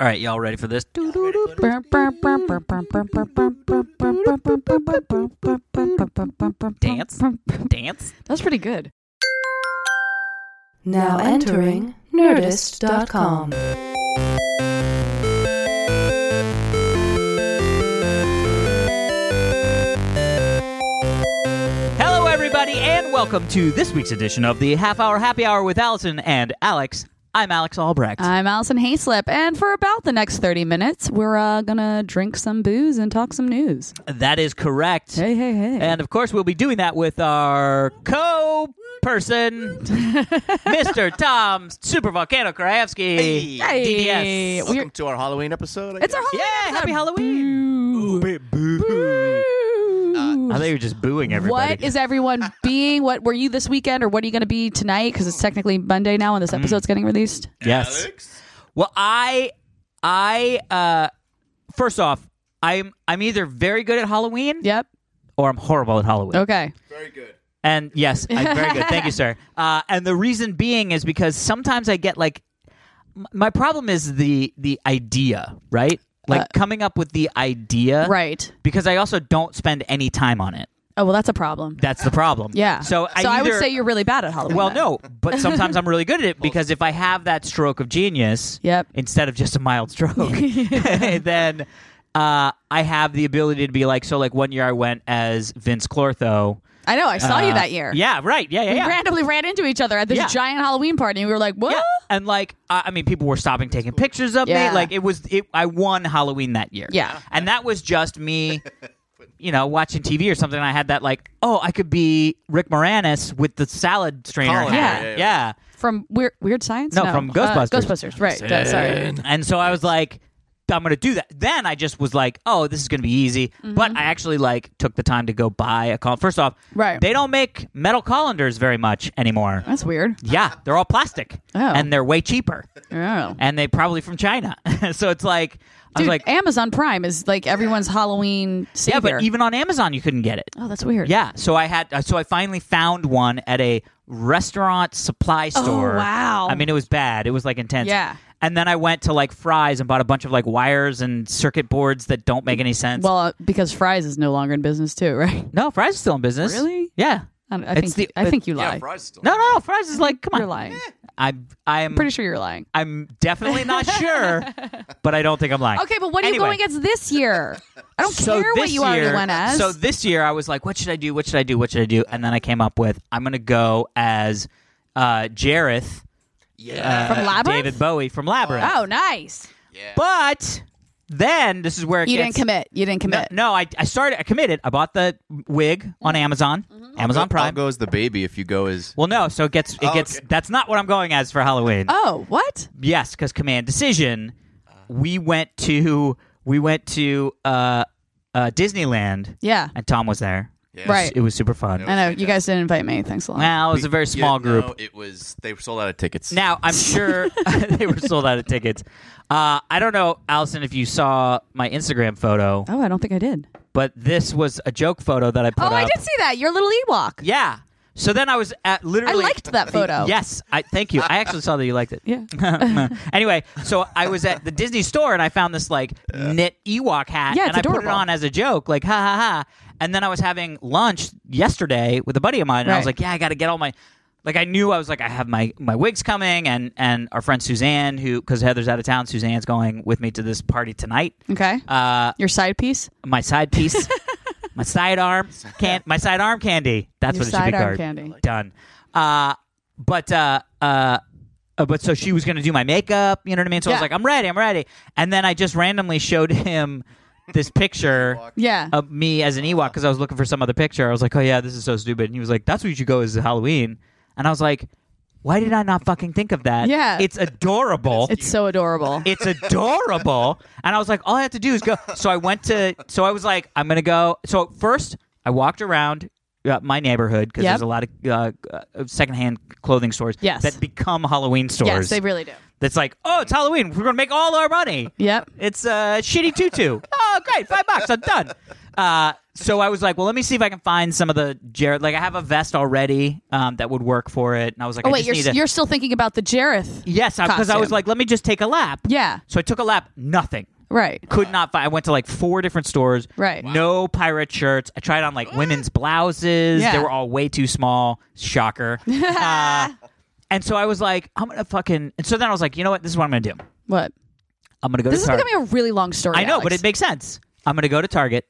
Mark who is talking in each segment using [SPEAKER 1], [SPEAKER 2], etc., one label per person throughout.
[SPEAKER 1] All right, y'all ready for this? Dance, dance.
[SPEAKER 2] That's pretty good.
[SPEAKER 3] Now entering Nerdist.com.
[SPEAKER 1] Hello, everybody, and welcome to this week's edition of the Half Hour Happy Hour with Allison and Alex. I'm Alex Albrecht.
[SPEAKER 2] I'm Allison Hayslip, and for about the next 30 minutes, we're uh, gonna drink some booze and talk some news.
[SPEAKER 1] that is correct.
[SPEAKER 2] Hey, hey, hey.
[SPEAKER 1] And of course, we'll be doing that with our co person, Mr. Tom Super Volcano Krajewski.
[SPEAKER 2] Hey.
[SPEAKER 1] DDS.
[SPEAKER 2] We're-
[SPEAKER 4] Welcome to our Halloween episode. I
[SPEAKER 2] it's our
[SPEAKER 4] guess.
[SPEAKER 1] Yeah,
[SPEAKER 2] holiday episode.
[SPEAKER 1] happy Halloween.
[SPEAKER 2] Boo. Boo.
[SPEAKER 1] I thought you were just booing everybody.
[SPEAKER 2] What is everyone being? What were you this weekend, or what are you going to be tonight? Because it's technically Monday now when
[SPEAKER 1] Mm.
[SPEAKER 2] this episode's getting released.
[SPEAKER 1] Yes. Well, I, I, uh, first off, I'm I'm either very good at Halloween
[SPEAKER 2] Yep.
[SPEAKER 1] or I'm horrible at Halloween.
[SPEAKER 2] Okay.
[SPEAKER 4] Very good.
[SPEAKER 1] And yes, I'm very good. Thank you, sir. Uh, and the reason being is because sometimes I get like, m- my problem is the the idea, right? Like
[SPEAKER 2] Uh,
[SPEAKER 1] coming up with the idea,
[SPEAKER 2] Right.
[SPEAKER 1] Because I also don't spend any time on it.
[SPEAKER 2] Oh well, that's a problem.
[SPEAKER 1] That's the problem.
[SPEAKER 2] Yeah.
[SPEAKER 1] So I,
[SPEAKER 2] so I would
[SPEAKER 1] either-
[SPEAKER 2] say you're really bad at Halloween.
[SPEAKER 1] Well,
[SPEAKER 2] then.
[SPEAKER 1] no, but sometimes I'm really good at it because if I have that stroke of genius,
[SPEAKER 2] Yep.
[SPEAKER 1] instead of just a mild stroke, then uh, I have the ability to be like. So, like one year I went as Vince Clortho.
[SPEAKER 2] I know. I saw you
[SPEAKER 1] Uh,
[SPEAKER 2] that year.
[SPEAKER 1] Yeah, right. Yeah, yeah,
[SPEAKER 2] We
[SPEAKER 1] yeah.
[SPEAKER 2] randomly ran into each other at this
[SPEAKER 1] Yeah.
[SPEAKER 2] giant Halloween party, and we were like, "What?"
[SPEAKER 1] Yeah. And like, I I mean, people were stopping taking pictures of
[SPEAKER 2] Yeah.
[SPEAKER 1] me. Like, it was, it, I won Halloween that year.
[SPEAKER 2] Yeah.
[SPEAKER 1] And that was just me, you know, watching TV or something. And I had that, like, oh, I could be Rick Moranis with the salad strainer.
[SPEAKER 4] Colin,
[SPEAKER 1] hat.
[SPEAKER 4] yeah, yeah,
[SPEAKER 1] yeah.
[SPEAKER 2] From weird, weird science?
[SPEAKER 1] No, from
[SPEAKER 2] Uh,
[SPEAKER 1] Ghostbusters.
[SPEAKER 2] Ghostbusters, right? Uh, sorry.
[SPEAKER 1] And so I was like, I'm going to do that. Then I just was like, oh, this is going to be easy.
[SPEAKER 2] Mm-hmm.
[SPEAKER 1] But I actually like took the time to go buy a colander. First off,
[SPEAKER 2] Right.
[SPEAKER 1] they don't make metal colanders very much anymore.
[SPEAKER 2] That's weird.
[SPEAKER 1] Yeah, they're all plastic.
[SPEAKER 2] Oh.
[SPEAKER 1] And they're way cheaper.
[SPEAKER 2] Yeah.
[SPEAKER 1] And they probably from China. so it's like I was
[SPEAKER 2] Dude,
[SPEAKER 1] like,
[SPEAKER 2] Amazon Prime is like everyone's Halloween
[SPEAKER 1] yeah,
[SPEAKER 2] savior.
[SPEAKER 1] but even on Amazon you couldn't get it.
[SPEAKER 2] oh, that's weird.
[SPEAKER 1] Yeah, so I had so I finally found one at a restaurant supply store.
[SPEAKER 2] Oh, wow.
[SPEAKER 1] I mean, it was bad. It was like intense.
[SPEAKER 2] Yeah.
[SPEAKER 1] And then I went to like Fry's and bought a bunch of like wires and circuit boards that don't make any sense.
[SPEAKER 2] Well, uh, because Fry's is no longer in business too, right?
[SPEAKER 1] no, Fry's is still in business.
[SPEAKER 2] Really?
[SPEAKER 1] Yeah.
[SPEAKER 2] I, don't- I
[SPEAKER 1] It's
[SPEAKER 2] think
[SPEAKER 1] the-
[SPEAKER 2] I think you
[SPEAKER 4] Yeah,
[SPEAKER 2] lie.
[SPEAKER 4] fries still.
[SPEAKER 1] No, no, no. Fry's is like, come on.
[SPEAKER 2] You're lying.
[SPEAKER 1] I'm I'm
[SPEAKER 2] Pretty sure you're lying.
[SPEAKER 1] I'm definitely not sure, but I don't think I'm lying.
[SPEAKER 2] Okay, but what are
[SPEAKER 1] Anyway.
[SPEAKER 2] you going as this year? I don't care what
[SPEAKER 1] this
[SPEAKER 2] you already
[SPEAKER 1] year-
[SPEAKER 2] went as.
[SPEAKER 1] So this year I was like, what should I do? What should I do? What should I do? And then I came up with I'm gonna go as uh Jareth uh,
[SPEAKER 4] Yeah.
[SPEAKER 2] From Labyrinth?
[SPEAKER 1] David Bowie from Labyrinth.
[SPEAKER 2] oh, nice.
[SPEAKER 4] yeah.
[SPEAKER 1] But then this is where it
[SPEAKER 2] You
[SPEAKER 1] gets,
[SPEAKER 2] didn't commit. You didn't
[SPEAKER 1] No,
[SPEAKER 2] commit.
[SPEAKER 1] no, I, I started. I committed. I bought the wig on
[SPEAKER 2] Mm-hmm.
[SPEAKER 1] Amazon, Amazon
[SPEAKER 4] I'll
[SPEAKER 1] Prime.
[SPEAKER 4] go as the baby if you go as.
[SPEAKER 1] Well, no, so it gets it
[SPEAKER 4] Oh,
[SPEAKER 1] gets.
[SPEAKER 4] okay.
[SPEAKER 1] That's not what I'm going as for Halloween.
[SPEAKER 2] Oh, what?
[SPEAKER 1] Yes, because Command Decision, we went to we went to uh, uh, Disneyland,
[SPEAKER 2] Yeah.
[SPEAKER 1] and Tom was there.
[SPEAKER 4] Yeah.
[SPEAKER 2] Right.
[SPEAKER 1] It was super fun.
[SPEAKER 2] I know you guys didn't invite me. Thanks a lot.
[SPEAKER 1] Well, it was a very
[SPEAKER 4] Yeah,
[SPEAKER 1] small group.
[SPEAKER 4] No, it was. They sold out of tickets.
[SPEAKER 1] Now I'm sure they were sold out of tickets. Uh, I don't know, Allison, if you saw my Instagram photo,
[SPEAKER 2] Oh, I don't think I did.
[SPEAKER 1] but this was a joke photo that I put
[SPEAKER 2] Oh,
[SPEAKER 1] up.
[SPEAKER 2] I did see that. Your little Ewok.
[SPEAKER 1] Yeah. So then I was at
[SPEAKER 2] I
[SPEAKER 1] literally.
[SPEAKER 2] liked that photo.
[SPEAKER 1] Yes, I thank you. I actually saw that you liked it.
[SPEAKER 2] Yeah.
[SPEAKER 1] anyway, so I was at the Disney store and I found this like knit Ewok hat
[SPEAKER 2] Yeah, it's
[SPEAKER 1] and I put it
[SPEAKER 2] adorable.
[SPEAKER 1] on as a joke, like ha ha ha. And then I was having lunch yesterday with a buddy of mine and I was
[SPEAKER 2] Right.
[SPEAKER 1] like, yeah, I got to get all my like I knew I was like I have my my wigs coming and and our friend Suzanne who cuz Heather's out of town, Suzanne's going with me to this party tonight.
[SPEAKER 2] Okay.
[SPEAKER 1] Uh
[SPEAKER 2] Your side piece.
[SPEAKER 1] my side piece, my side arm, can my side arm candy. That's
[SPEAKER 2] Your
[SPEAKER 1] what it should be
[SPEAKER 2] sidearm
[SPEAKER 1] called.
[SPEAKER 2] candy.
[SPEAKER 1] Done. Uh, but uh, uh, uh, but so she was going to do my makeup. You know what I mean? So I was
[SPEAKER 2] Yeah.
[SPEAKER 1] like, I'm ready, I'm ready. And then I just randomly showed him this picture.
[SPEAKER 2] Yeah.
[SPEAKER 1] Of me as an Ewok because I was looking for some other picture. I was like, "Oh yeah, this is so stupid." And he was like, "That's what you should go as Halloween." And I was like, "Why did I not fucking think of that?
[SPEAKER 2] Yeah.
[SPEAKER 1] it's adorable.
[SPEAKER 2] it's so adorable.
[SPEAKER 1] It's adorable. and I was like, all I have to do is go. So I went to, so I was like, I'm going to go. So first, I walked around uh, my neighborhood because
[SPEAKER 2] Yep.
[SPEAKER 1] there's a lot of uh, uh, secondhand clothing stores
[SPEAKER 2] Yes.
[SPEAKER 1] that become Halloween stores.
[SPEAKER 2] yes, they really do.
[SPEAKER 1] That's like, oh, it's Halloween. We're going to make all our money.
[SPEAKER 2] Yep.
[SPEAKER 1] It's a shitty tutu. oh, great, five bucks, I'm done. Uh, so I was like, well, let me see if I can find some of the Jared. Like, I have a vest already um, that would work for it, and I was like,
[SPEAKER 2] Oh
[SPEAKER 1] I
[SPEAKER 2] wait,
[SPEAKER 1] just
[SPEAKER 2] you're
[SPEAKER 1] need a-
[SPEAKER 2] you're still thinking about the Jareth?
[SPEAKER 1] yes, because I was
[SPEAKER 2] costume.
[SPEAKER 1] like, let me just take a lap.
[SPEAKER 2] Yeah.
[SPEAKER 1] So I took a lap, nothing.
[SPEAKER 2] Right.
[SPEAKER 1] Could not find. I went to like four different stores.
[SPEAKER 2] Right.
[SPEAKER 1] No pirate shirts. I tried on like women's blouses.
[SPEAKER 2] Yeah.
[SPEAKER 1] They were all way too small. Shocker. uh, and so I was like, I'm gonna fucking. And so then I was like, you know what? This is what I'm gonna do.
[SPEAKER 2] What?
[SPEAKER 1] I'm gonna go
[SPEAKER 2] This
[SPEAKER 1] to
[SPEAKER 2] is
[SPEAKER 1] Target.
[SPEAKER 2] becoming a really long story.
[SPEAKER 1] I know,
[SPEAKER 2] Alex.
[SPEAKER 1] but it makes sense. I'm gonna go to Target.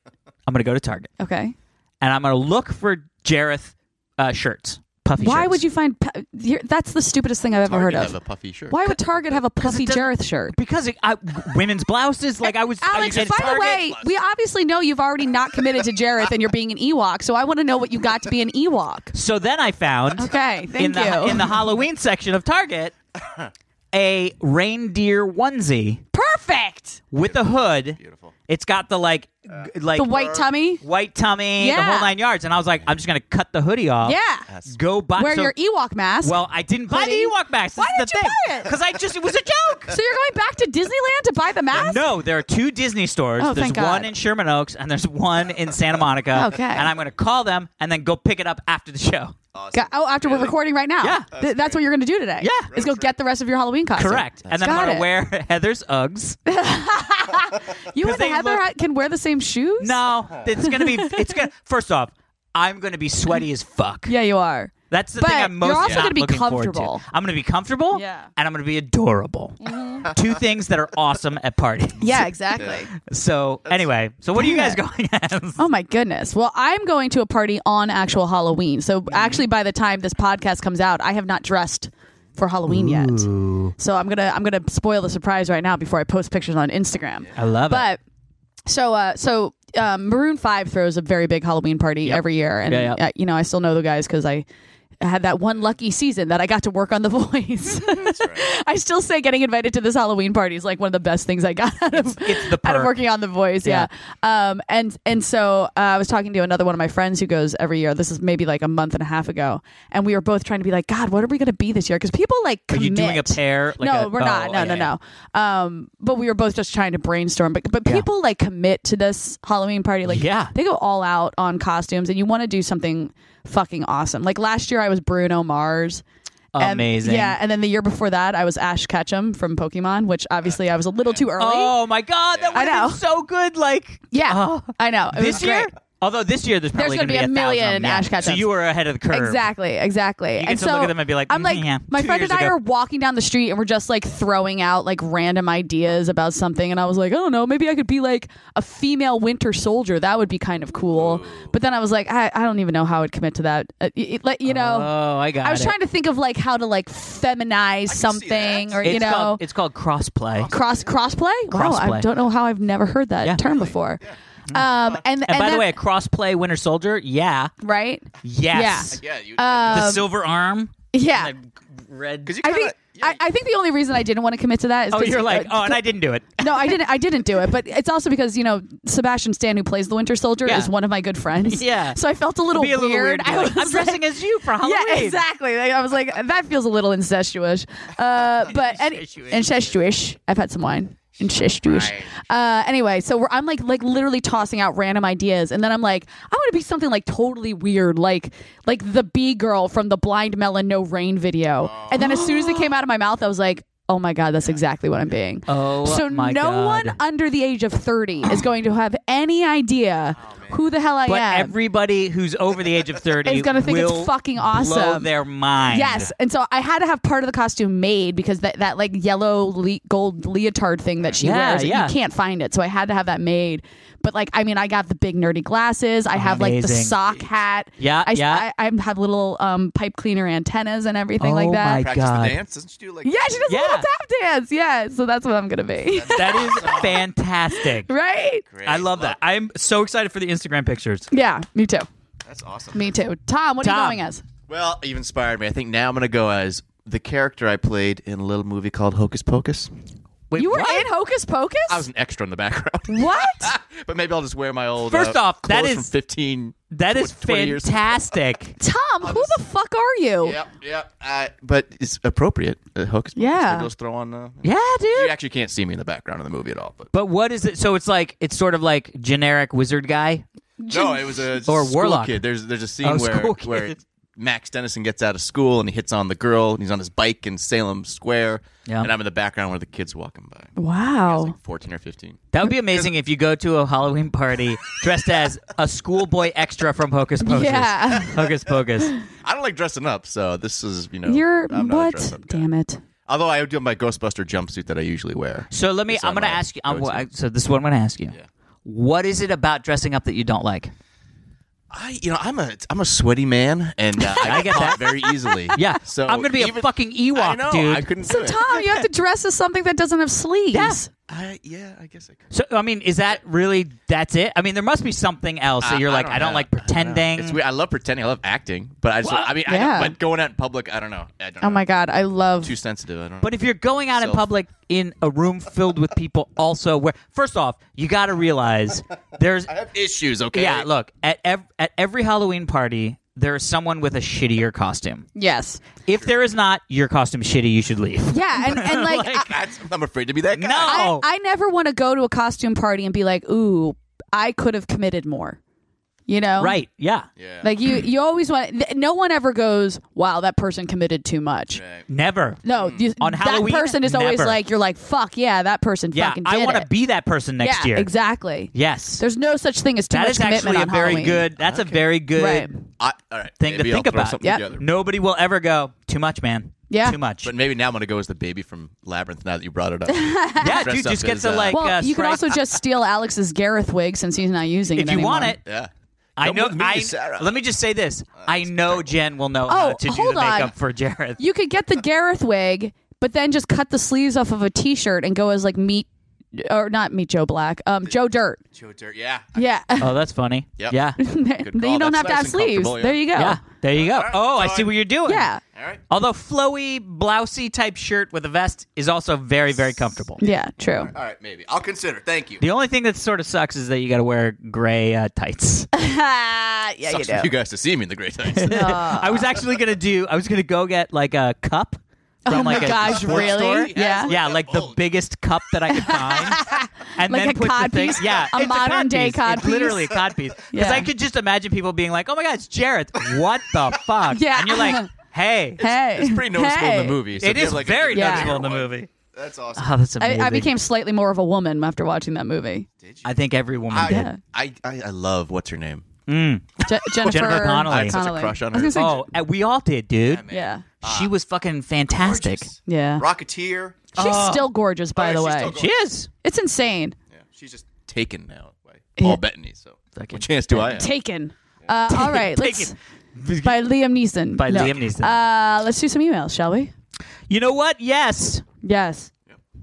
[SPEAKER 1] I'm gonna go to Target,
[SPEAKER 2] okay.
[SPEAKER 1] and I'm gonna look for Jareth uh, shirts, puffy.
[SPEAKER 2] Why
[SPEAKER 1] shirts.
[SPEAKER 2] would you find? pa- here- That's the stupidest thing I've ever heard
[SPEAKER 4] Target
[SPEAKER 2] of.
[SPEAKER 4] have a puffy shirt.
[SPEAKER 2] Why would Target have a puffy
[SPEAKER 1] doesn't-
[SPEAKER 2] Jareth shirt?
[SPEAKER 1] Because it, I, women's blouses, like I was.
[SPEAKER 2] Alex,
[SPEAKER 1] I,
[SPEAKER 2] by
[SPEAKER 1] was at
[SPEAKER 2] the
[SPEAKER 1] Target.
[SPEAKER 2] way, we obviously know you've already not committed to Jareth and you're being an Ewok, so I want to know what you got to be an Ewok.
[SPEAKER 1] So then I found.
[SPEAKER 2] Okay, thank
[SPEAKER 1] in the
[SPEAKER 2] you.
[SPEAKER 1] in the Halloween section of Target, a reindeer onesie
[SPEAKER 2] Perfect.
[SPEAKER 1] with a hood.
[SPEAKER 4] Beautiful. Uh,
[SPEAKER 1] It's got the like g- like
[SPEAKER 2] The white tummy.
[SPEAKER 1] white tummy, the
[SPEAKER 2] Yeah.
[SPEAKER 1] whole nine yards. And I was like, I'm just gonna cut the hoodie off.
[SPEAKER 2] Yeah.
[SPEAKER 1] Go buy.
[SPEAKER 2] Wear
[SPEAKER 1] uh, so-
[SPEAKER 2] your Ewok mask.
[SPEAKER 1] Well, I didn't buy
[SPEAKER 2] Hoodie.
[SPEAKER 1] the Ewok mask.
[SPEAKER 2] Why
[SPEAKER 1] That's
[SPEAKER 2] did
[SPEAKER 1] the
[SPEAKER 2] you buy it?
[SPEAKER 1] Because I just it was a joke.
[SPEAKER 2] so you're going back to Disneyland to buy the mask?
[SPEAKER 1] No, there are two Disney stores.
[SPEAKER 2] Oh,
[SPEAKER 1] there's
[SPEAKER 2] thank God.
[SPEAKER 1] one in Sherman Oaks and there's one in Santa Monica.
[SPEAKER 2] Okay.
[SPEAKER 1] And I'm going to call them and then go pick it up after the show.
[SPEAKER 2] Go- oh, after we're recording right now.
[SPEAKER 1] Yeah.
[SPEAKER 2] Th- that's, what you're going to do today.
[SPEAKER 1] Yeah.
[SPEAKER 2] Is go get the rest of your Halloween costume.
[SPEAKER 1] Correct. and then I'm
[SPEAKER 2] Got
[SPEAKER 1] going
[SPEAKER 2] it.
[SPEAKER 1] to wear Heather's Uggs.
[SPEAKER 2] You
[SPEAKER 1] 'Cause
[SPEAKER 2] and
[SPEAKER 1] they
[SPEAKER 2] Heather
[SPEAKER 1] look-
[SPEAKER 2] ha- can wear the same shoes?
[SPEAKER 1] No, it's going to be, it's going to, first off, I'm going to be sweaty as fuck.
[SPEAKER 2] Yeah, you are.
[SPEAKER 1] That's the
[SPEAKER 2] But
[SPEAKER 1] thing I'm most
[SPEAKER 2] you're also
[SPEAKER 1] not
[SPEAKER 2] gonna be
[SPEAKER 1] looking forward
[SPEAKER 2] comfortable.
[SPEAKER 1] To. I'm going to be comfortable
[SPEAKER 2] Yeah. Mm-hmm.
[SPEAKER 1] and I'm going to be adorable. Two things that are awesome at parties.
[SPEAKER 2] Yeah, exactly.
[SPEAKER 1] So, anyway, so what are you
[SPEAKER 2] Damn
[SPEAKER 1] guys going as?
[SPEAKER 2] Oh my goodness. Well, I'm going to a party on actual Halloween. So
[SPEAKER 1] Mm-hmm.
[SPEAKER 2] actually by the time this podcast comes out, I have not dressed for Halloween yet. So I'm going to I'm going to spoil the surprise right now before I post pictures on Instagram.
[SPEAKER 1] I love it.
[SPEAKER 2] But so uh so um, Maroon 5 throws a very big Halloween party every year and
[SPEAKER 1] Yeah, yeah.
[SPEAKER 2] uh, you know, I still know the guys cuz I had that one lucky season that I got to work on the voice. I still say getting invited to this Halloween party is like one of the best things I got out of,
[SPEAKER 1] it's the
[SPEAKER 2] out of
[SPEAKER 1] perk.
[SPEAKER 2] working on the voice. Yeah. Um. And and so uh, I was talking to another one of my friends who goes every year. This is maybe like a month and a half ago, and we were both trying to be like, God, what are we going to be this year? Because people like
[SPEAKER 1] Are you
[SPEAKER 2] commit.
[SPEAKER 1] doing a pair? Like
[SPEAKER 2] no,
[SPEAKER 1] a-
[SPEAKER 2] we're
[SPEAKER 1] oh,
[SPEAKER 2] not. No,
[SPEAKER 1] okay.
[SPEAKER 2] no, no. Um. But we were both just trying to brainstorm. But but people like commit to this Halloween party. Like
[SPEAKER 1] Yeah.
[SPEAKER 2] they go all out on costumes, and you want to do something fucking awesome. Like last year, I was Bruno Mars. And-
[SPEAKER 1] Amazing.
[SPEAKER 2] Um, yeah, and then the year before that, I was Ash Ketchum from Pokemon, which obviously I was a little too early.
[SPEAKER 1] Oh my god, that would
[SPEAKER 2] I know.
[SPEAKER 1] have been so good. Like
[SPEAKER 2] yeah,
[SPEAKER 1] Oh.
[SPEAKER 2] I know. It was
[SPEAKER 1] this year,
[SPEAKER 2] great.
[SPEAKER 1] although this year there's probably
[SPEAKER 2] gonna
[SPEAKER 1] going to
[SPEAKER 2] be a million
[SPEAKER 1] thousand,
[SPEAKER 2] Ash
[SPEAKER 1] yeah. So
[SPEAKER 2] Ketchums.
[SPEAKER 1] you were ahead of the curve.
[SPEAKER 2] Exactly, exactly.
[SPEAKER 1] get
[SPEAKER 2] and
[SPEAKER 1] to
[SPEAKER 2] so
[SPEAKER 1] look at them and be like,
[SPEAKER 2] I'm
[SPEAKER 1] "Mm,
[SPEAKER 2] like,
[SPEAKER 1] yeah,
[SPEAKER 2] my
[SPEAKER 1] two
[SPEAKER 2] friend
[SPEAKER 1] years
[SPEAKER 2] and I
[SPEAKER 1] ago."
[SPEAKER 2] are walking down the street and we're just like throwing out like random ideas about something. And I was like, I don't know, maybe I could be like a female Winter Soldier. That would be kind of cool. But then I was like, I, I don't even know how I would commit to that. Uh, it- it- like, you know,
[SPEAKER 1] Oh, I got
[SPEAKER 2] I was
[SPEAKER 1] it.
[SPEAKER 2] trying to think of like how to like feminize something or
[SPEAKER 1] it's
[SPEAKER 2] you know.
[SPEAKER 1] called, it's called crossplay.
[SPEAKER 2] cross crossplay. Wow, I
[SPEAKER 1] Crossplay.
[SPEAKER 2] don't know how I've never heard that
[SPEAKER 1] Yeah. Mm-hmm.
[SPEAKER 2] term before. Um, and,
[SPEAKER 1] and, by
[SPEAKER 2] that-
[SPEAKER 1] the way, a crossplay Winter Soldier, yeah,
[SPEAKER 2] right?
[SPEAKER 1] yes,
[SPEAKER 4] Yeah, you.
[SPEAKER 1] the
[SPEAKER 2] Um,
[SPEAKER 1] silver arm,
[SPEAKER 2] Yeah,
[SPEAKER 1] like red.
[SPEAKER 4] Because you
[SPEAKER 2] I
[SPEAKER 4] kind of.
[SPEAKER 2] think I, I think the only reason I didn't want to commit to that is
[SPEAKER 1] oh,
[SPEAKER 2] 'cause,
[SPEAKER 1] you're like,
[SPEAKER 2] uh,
[SPEAKER 1] oh, and I didn't do it.
[SPEAKER 2] no, I didn't. I didn't do it, but it's also because you know Sebastian Stan, who plays the Winter Soldier,
[SPEAKER 1] Yeah.
[SPEAKER 2] is one of my good friends.
[SPEAKER 1] Yeah.
[SPEAKER 2] so I felt a little
[SPEAKER 1] Be a little weird.
[SPEAKER 2] I
[SPEAKER 1] Be like,
[SPEAKER 2] was
[SPEAKER 1] I'm dressing
[SPEAKER 2] like-
[SPEAKER 1] as you for Halloween.
[SPEAKER 2] Yeah, exactly. Like, I was like, that feels a little incestuous. Uh, but any,
[SPEAKER 1] Incestuous.
[SPEAKER 2] incestuous. I've had some wine. Incestuous. Uh, anyway, so we're, I'm like, like literally tossing out random ideas, and then I'm like, I want to be something like totally weird, like like the B girl from the Blind Melon No Rain video. And then as soon as it came out of my mouth, I was like. Oh my God, that's exactly what I'm being.
[SPEAKER 1] Oh
[SPEAKER 2] so
[SPEAKER 1] my
[SPEAKER 2] no
[SPEAKER 1] God.
[SPEAKER 2] one under the age of 30 is going to have any idea who the hell I
[SPEAKER 1] Oh, But
[SPEAKER 2] am.
[SPEAKER 1] everybody who's over the age of thirty
[SPEAKER 2] Is gonna think it's
[SPEAKER 1] will
[SPEAKER 2] fucking
[SPEAKER 1] Blow
[SPEAKER 2] awesome.
[SPEAKER 1] their mind.
[SPEAKER 2] Yes, and so I had to have part of the costume made because that, that like yellow le- gold leotard thing that she
[SPEAKER 1] Yeah,
[SPEAKER 2] wears,
[SPEAKER 1] yeah.
[SPEAKER 2] you can't find it. So I had to have that made. But like, I mean, I got the big nerdy glasses. I have like the
[SPEAKER 1] Amazing.
[SPEAKER 2] sock hat.
[SPEAKER 1] Yeah,
[SPEAKER 2] I,
[SPEAKER 1] yeah.
[SPEAKER 2] I, I have little um, pipe cleaner antennas and everything
[SPEAKER 1] Oh
[SPEAKER 2] like that.
[SPEAKER 1] my
[SPEAKER 4] practice
[SPEAKER 1] God.
[SPEAKER 4] the dance. Doesn't she do like?
[SPEAKER 2] Yeah, she does
[SPEAKER 1] Yeah.
[SPEAKER 2] a little tap dance. Yeah, so that's what I'm gonna be.
[SPEAKER 1] that is fantastic.
[SPEAKER 2] right?
[SPEAKER 4] Great.
[SPEAKER 1] I love that. I'm so excited for the Instagram pictures.
[SPEAKER 2] Yeah, me too.
[SPEAKER 4] That's awesome.
[SPEAKER 2] Me too. Tom, what are
[SPEAKER 1] Tom.
[SPEAKER 2] you going as?
[SPEAKER 4] Well, you've inspired me. I think now I'm gonna go as the character I played in a little movie called Hocus Pocus.
[SPEAKER 1] Wait,
[SPEAKER 2] You were
[SPEAKER 1] what?
[SPEAKER 2] in Hocus Pocus.
[SPEAKER 4] I was an extra in the background.
[SPEAKER 2] what?
[SPEAKER 4] but maybe I'll just wear my old.
[SPEAKER 1] First
[SPEAKER 4] uh,
[SPEAKER 1] off, that
[SPEAKER 4] clothes
[SPEAKER 1] is-
[SPEAKER 4] from 15.
[SPEAKER 1] That is
[SPEAKER 4] 20 years ago.
[SPEAKER 1] fantastic.
[SPEAKER 2] Tom, who the fuck are you?
[SPEAKER 4] Yep, yep. I, but it's appropriate. Uh, Hocus Pocus.
[SPEAKER 2] Yeah.
[SPEAKER 4] They Just throw on. Uh,
[SPEAKER 1] yeah,
[SPEAKER 4] You
[SPEAKER 1] dude.
[SPEAKER 4] actually can't see me in the background of the movie at all, but
[SPEAKER 1] But what is it? So it's like it's sort of like generic wizard guy.
[SPEAKER 4] no, it was a
[SPEAKER 1] Or
[SPEAKER 4] school
[SPEAKER 1] Warlock.
[SPEAKER 4] kid. There's there's a scene
[SPEAKER 1] Oh,
[SPEAKER 4] where
[SPEAKER 1] school kid.
[SPEAKER 4] where Max Dennison gets out of school and he hits on the girl and he's on his bike in Salem Square.
[SPEAKER 1] Yeah.
[SPEAKER 4] And I'm in the background where the kids walking by. I was
[SPEAKER 2] Wow.
[SPEAKER 4] like 14 or 15.
[SPEAKER 1] That would be amazing if you go to a Halloween party dressed as a schoolboy extra from Hocus Pocus.
[SPEAKER 2] Yeah.
[SPEAKER 1] Hocus Pocus.
[SPEAKER 4] I don't like dressing up, so this is you know.
[SPEAKER 2] You're
[SPEAKER 4] I'm not a dress
[SPEAKER 2] what?
[SPEAKER 4] up guy.
[SPEAKER 2] Damn it.
[SPEAKER 4] Although I do have my Ghostbuster jumpsuit that I usually wear.
[SPEAKER 1] So let me.
[SPEAKER 4] It's
[SPEAKER 1] I'm
[SPEAKER 4] on
[SPEAKER 1] going to
[SPEAKER 4] my
[SPEAKER 1] ask you. I'm,
[SPEAKER 4] go-to.
[SPEAKER 1] I, so this is what I'm going to ask you.
[SPEAKER 4] Yeah.
[SPEAKER 1] What is it about dressing up that you don't like?
[SPEAKER 4] I you know I'm a I'm a sweaty man and uh, I, get that very easily.
[SPEAKER 1] Yeah.
[SPEAKER 4] So
[SPEAKER 1] I'm going to be
[SPEAKER 4] even-
[SPEAKER 1] a fucking Ewok,
[SPEAKER 4] I know,
[SPEAKER 1] dude.
[SPEAKER 4] I couldn't do
[SPEAKER 2] So
[SPEAKER 4] it.
[SPEAKER 2] Tom, you have to dress as something that doesn't have sleeves.
[SPEAKER 4] I, yeah, I guess I could.
[SPEAKER 1] So I mean, is that really that's it? I mean, there must be something else that you're like, I don't,
[SPEAKER 4] know.
[SPEAKER 1] like
[SPEAKER 4] I don't know.
[SPEAKER 1] pretending.
[SPEAKER 4] It's weird. I love pretending. I love acting, but I just
[SPEAKER 1] Well,
[SPEAKER 4] I mean,
[SPEAKER 2] yeah.
[SPEAKER 4] I don't, but going out in public, I don't know. I don't
[SPEAKER 2] Oh
[SPEAKER 4] know.
[SPEAKER 2] my god, I love
[SPEAKER 4] Too sensitive. I don't.
[SPEAKER 1] But if you're going out in
[SPEAKER 4] Self.
[SPEAKER 1] public in a room filled with people, also where first off, you got to realize there's
[SPEAKER 4] know. I have issues, okay.
[SPEAKER 1] yeah. Look at ev- at every Halloween party, there is someone with a shittier costume.
[SPEAKER 2] Yes.
[SPEAKER 1] If there is not, your costume shitty. You should leave.
[SPEAKER 2] Yeah, and, and like, I-
[SPEAKER 4] That's, I'm afraid to be that guy.
[SPEAKER 1] No.
[SPEAKER 2] I,
[SPEAKER 1] Oh.
[SPEAKER 2] I never want to go to a costume party and be like, ooh, I could have committed more. You know?
[SPEAKER 1] Right? Yeah.
[SPEAKER 4] Yeah.
[SPEAKER 2] Like you you always want th- no one ever goes, Wow, that person committed too much.
[SPEAKER 4] Right. Hmm.
[SPEAKER 1] Never.
[SPEAKER 2] No, you,
[SPEAKER 1] On
[SPEAKER 2] that
[SPEAKER 1] Halloween,
[SPEAKER 2] person is always
[SPEAKER 1] never.
[SPEAKER 2] like you're like, fuck yeah, that person
[SPEAKER 1] Yeah.
[SPEAKER 2] fucking did
[SPEAKER 1] I want to
[SPEAKER 2] it."
[SPEAKER 1] be that person next
[SPEAKER 2] yeah,
[SPEAKER 1] year.
[SPEAKER 2] Exactly.
[SPEAKER 1] Yes.
[SPEAKER 2] There's no such thing as too
[SPEAKER 1] that
[SPEAKER 2] much
[SPEAKER 1] is
[SPEAKER 2] commitment
[SPEAKER 1] actually a
[SPEAKER 2] on
[SPEAKER 1] very
[SPEAKER 2] Halloween.
[SPEAKER 1] good. That's a very good.
[SPEAKER 2] Right.
[SPEAKER 4] I, all right.
[SPEAKER 1] Thing to
[SPEAKER 4] maybe I'll
[SPEAKER 1] think
[SPEAKER 4] throw
[SPEAKER 1] about.
[SPEAKER 4] Something
[SPEAKER 2] Yeah.
[SPEAKER 4] together.
[SPEAKER 1] Nobody will ever go too much, man.
[SPEAKER 2] Yeah.
[SPEAKER 1] Too much.
[SPEAKER 4] But maybe now I'm gonna go as the baby from Labyrinth. Now that you brought it up.
[SPEAKER 1] yeah,
[SPEAKER 4] dress
[SPEAKER 1] dude,
[SPEAKER 4] up
[SPEAKER 1] just get
[SPEAKER 4] as,
[SPEAKER 1] to
[SPEAKER 4] uh,
[SPEAKER 1] like.
[SPEAKER 2] Well,
[SPEAKER 1] uh,
[SPEAKER 2] you could
[SPEAKER 1] strike-
[SPEAKER 2] also just steal Alex's Gareth wig since he's not using
[SPEAKER 1] if
[SPEAKER 2] it
[SPEAKER 1] you
[SPEAKER 2] anymore.
[SPEAKER 1] want it.
[SPEAKER 4] yeah.
[SPEAKER 1] I
[SPEAKER 4] Come
[SPEAKER 1] know.
[SPEAKER 4] with me,
[SPEAKER 1] I
[SPEAKER 4] Sarah. Uh,
[SPEAKER 1] let me just say this. I know Jen will know how
[SPEAKER 2] Oh,
[SPEAKER 1] to do the
[SPEAKER 2] hold on.
[SPEAKER 1] makeup for Jared.
[SPEAKER 2] You could get the Gareth wig, but then just cut the sleeves off of a T-shirt and go as like meet or not meet Joe Black, um, Joe Dirt.
[SPEAKER 4] Joe Dirt. Yeah.
[SPEAKER 2] Yeah,
[SPEAKER 1] oh, that's funny.
[SPEAKER 4] Yep.
[SPEAKER 1] Yeah.
[SPEAKER 2] then
[SPEAKER 4] call.
[SPEAKER 2] you don't
[SPEAKER 4] That's
[SPEAKER 2] have to
[SPEAKER 4] nice
[SPEAKER 2] have
[SPEAKER 4] and
[SPEAKER 2] sleeves.
[SPEAKER 4] comfortable, yeah.
[SPEAKER 2] There you go.
[SPEAKER 1] Yeah. There you go.
[SPEAKER 4] Alright,
[SPEAKER 1] Oh, I see
[SPEAKER 4] fine.
[SPEAKER 1] what you're doing.
[SPEAKER 2] Yeah.
[SPEAKER 4] All right.
[SPEAKER 1] Although flowy, blousy type shirt with a vest is also very, very comfortable.
[SPEAKER 2] Yeah, true.
[SPEAKER 4] All right. Maybe I'll consider. Thank you.
[SPEAKER 1] The only thing that sort of sucks is that you got to wear gray uh, tights.
[SPEAKER 2] yeah, you
[SPEAKER 4] Sucks
[SPEAKER 2] do.
[SPEAKER 4] for you guys to see me in the great times.
[SPEAKER 1] I was actually gonna do. I was gonna go get like a cup from like a
[SPEAKER 2] Oh Gosh,
[SPEAKER 1] sports store.
[SPEAKER 2] really? Yeah.
[SPEAKER 1] Yeah, like the
[SPEAKER 4] Bold.
[SPEAKER 1] biggest cup that I could find, and
[SPEAKER 2] Like
[SPEAKER 1] then
[SPEAKER 2] a
[SPEAKER 1] put
[SPEAKER 2] cod
[SPEAKER 1] the thing.
[SPEAKER 2] piece?
[SPEAKER 1] Yeah,
[SPEAKER 2] A
[SPEAKER 1] it's
[SPEAKER 2] modern
[SPEAKER 1] cod
[SPEAKER 2] day
[SPEAKER 1] piece.
[SPEAKER 2] cod
[SPEAKER 1] It's
[SPEAKER 2] piece?
[SPEAKER 1] literally a cod piece. Because
[SPEAKER 2] Yeah.
[SPEAKER 1] I could just imagine people being like, "Oh my God, it's Jared! What the fuck?"
[SPEAKER 2] Yeah.
[SPEAKER 1] and you're like, "Hey,
[SPEAKER 2] Hey,
[SPEAKER 4] It's pretty noticeable
[SPEAKER 2] hey. Uh-huh.
[SPEAKER 4] in the movie. So
[SPEAKER 1] it
[SPEAKER 4] if you have,
[SPEAKER 1] is
[SPEAKER 4] like, a
[SPEAKER 1] very
[SPEAKER 4] big
[SPEAKER 2] Yeah.
[SPEAKER 1] noticeable in the
[SPEAKER 4] picture of
[SPEAKER 1] movie."
[SPEAKER 4] one- That's awesome.
[SPEAKER 1] Oh, that's
[SPEAKER 2] I,
[SPEAKER 1] amazing.
[SPEAKER 2] I became slightly more of a woman after watching that movie.
[SPEAKER 1] I think every woman
[SPEAKER 4] I,
[SPEAKER 1] did.
[SPEAKER 2] Yeah.
[SPEAKER 4] I, I, I love what's her name.
[SPEAKER 2] Je- Jennifer,
[SPEAKER 1] Jennifer Connelly.
[SPEAKER 4] I had such a crush on
[SPEAKER 2] I
[SPEAKER 4] her.
[SPEAKER 2] was gonna say-
[SPEAKER 1] Oh, and we all did, dude.
[SPEAKER 2] yeah,
[SPEAKER 1] she was fucking fantastic.
[SPEAKER 4] Gorgeous.
[SPEAKER 2] yeah.
[SPEAKER 4] Rocketeer.
[SPEAKER 2] She's
[SPEAKER 1] Uh,
[SPEAKER 2] still gorgeous,
[SPEAKER 1] oh,
[SPEAKER 2] by
[SPEAKER 4] yeah,
[SPEAKER 2] the
[SPEAKER 4] she's
[SPEAKER 2] way.
[SPEAKER 4] still gorgeous.
[SPEAKER 1] She is.
[SPEAKER 2] It's insane.
[SPEAKER 4] Yeah, she's just taken now by
[SPEAKER 2] Yeah.
[SPEAKER 4] Paul Bettany. So
[SPEAKER 1] Fucking
[SPEAKER 4] what chance do I have?
[SPEAKER 2] Taken. Uh, all right, let's
[SPEAKER 1] Taken.
[SPEAKER 2] by Liam Neeson.
[SPEAKER 1] By
[SPEAKER 2] No.
[SPEAKER 1] Liam Neeson.
[SPEAKER 2] Uh, let's do some emails, shall we?
[SPEAKER 1] You know what? Yes.
[SPEAKER 2] Yes.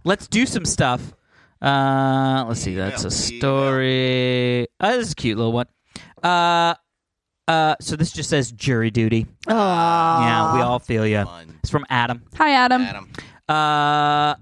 [SPEAKER 1] let's do some stuff. Uh, let's see. That's a story. Oh, this is a cute little one. Uh, uh, so this just says jury duty.
[SPEAKER 2] Oh.
[SPEAKER 1] yeah, we all feel you.
[SPEAKER 4] Fun.
[SPEAKER 1] It's from Adam.
[SPEAKER 2] Hi, Adam.
[SPEAKER 4] Adam.
[SPEAKER 1] Uh,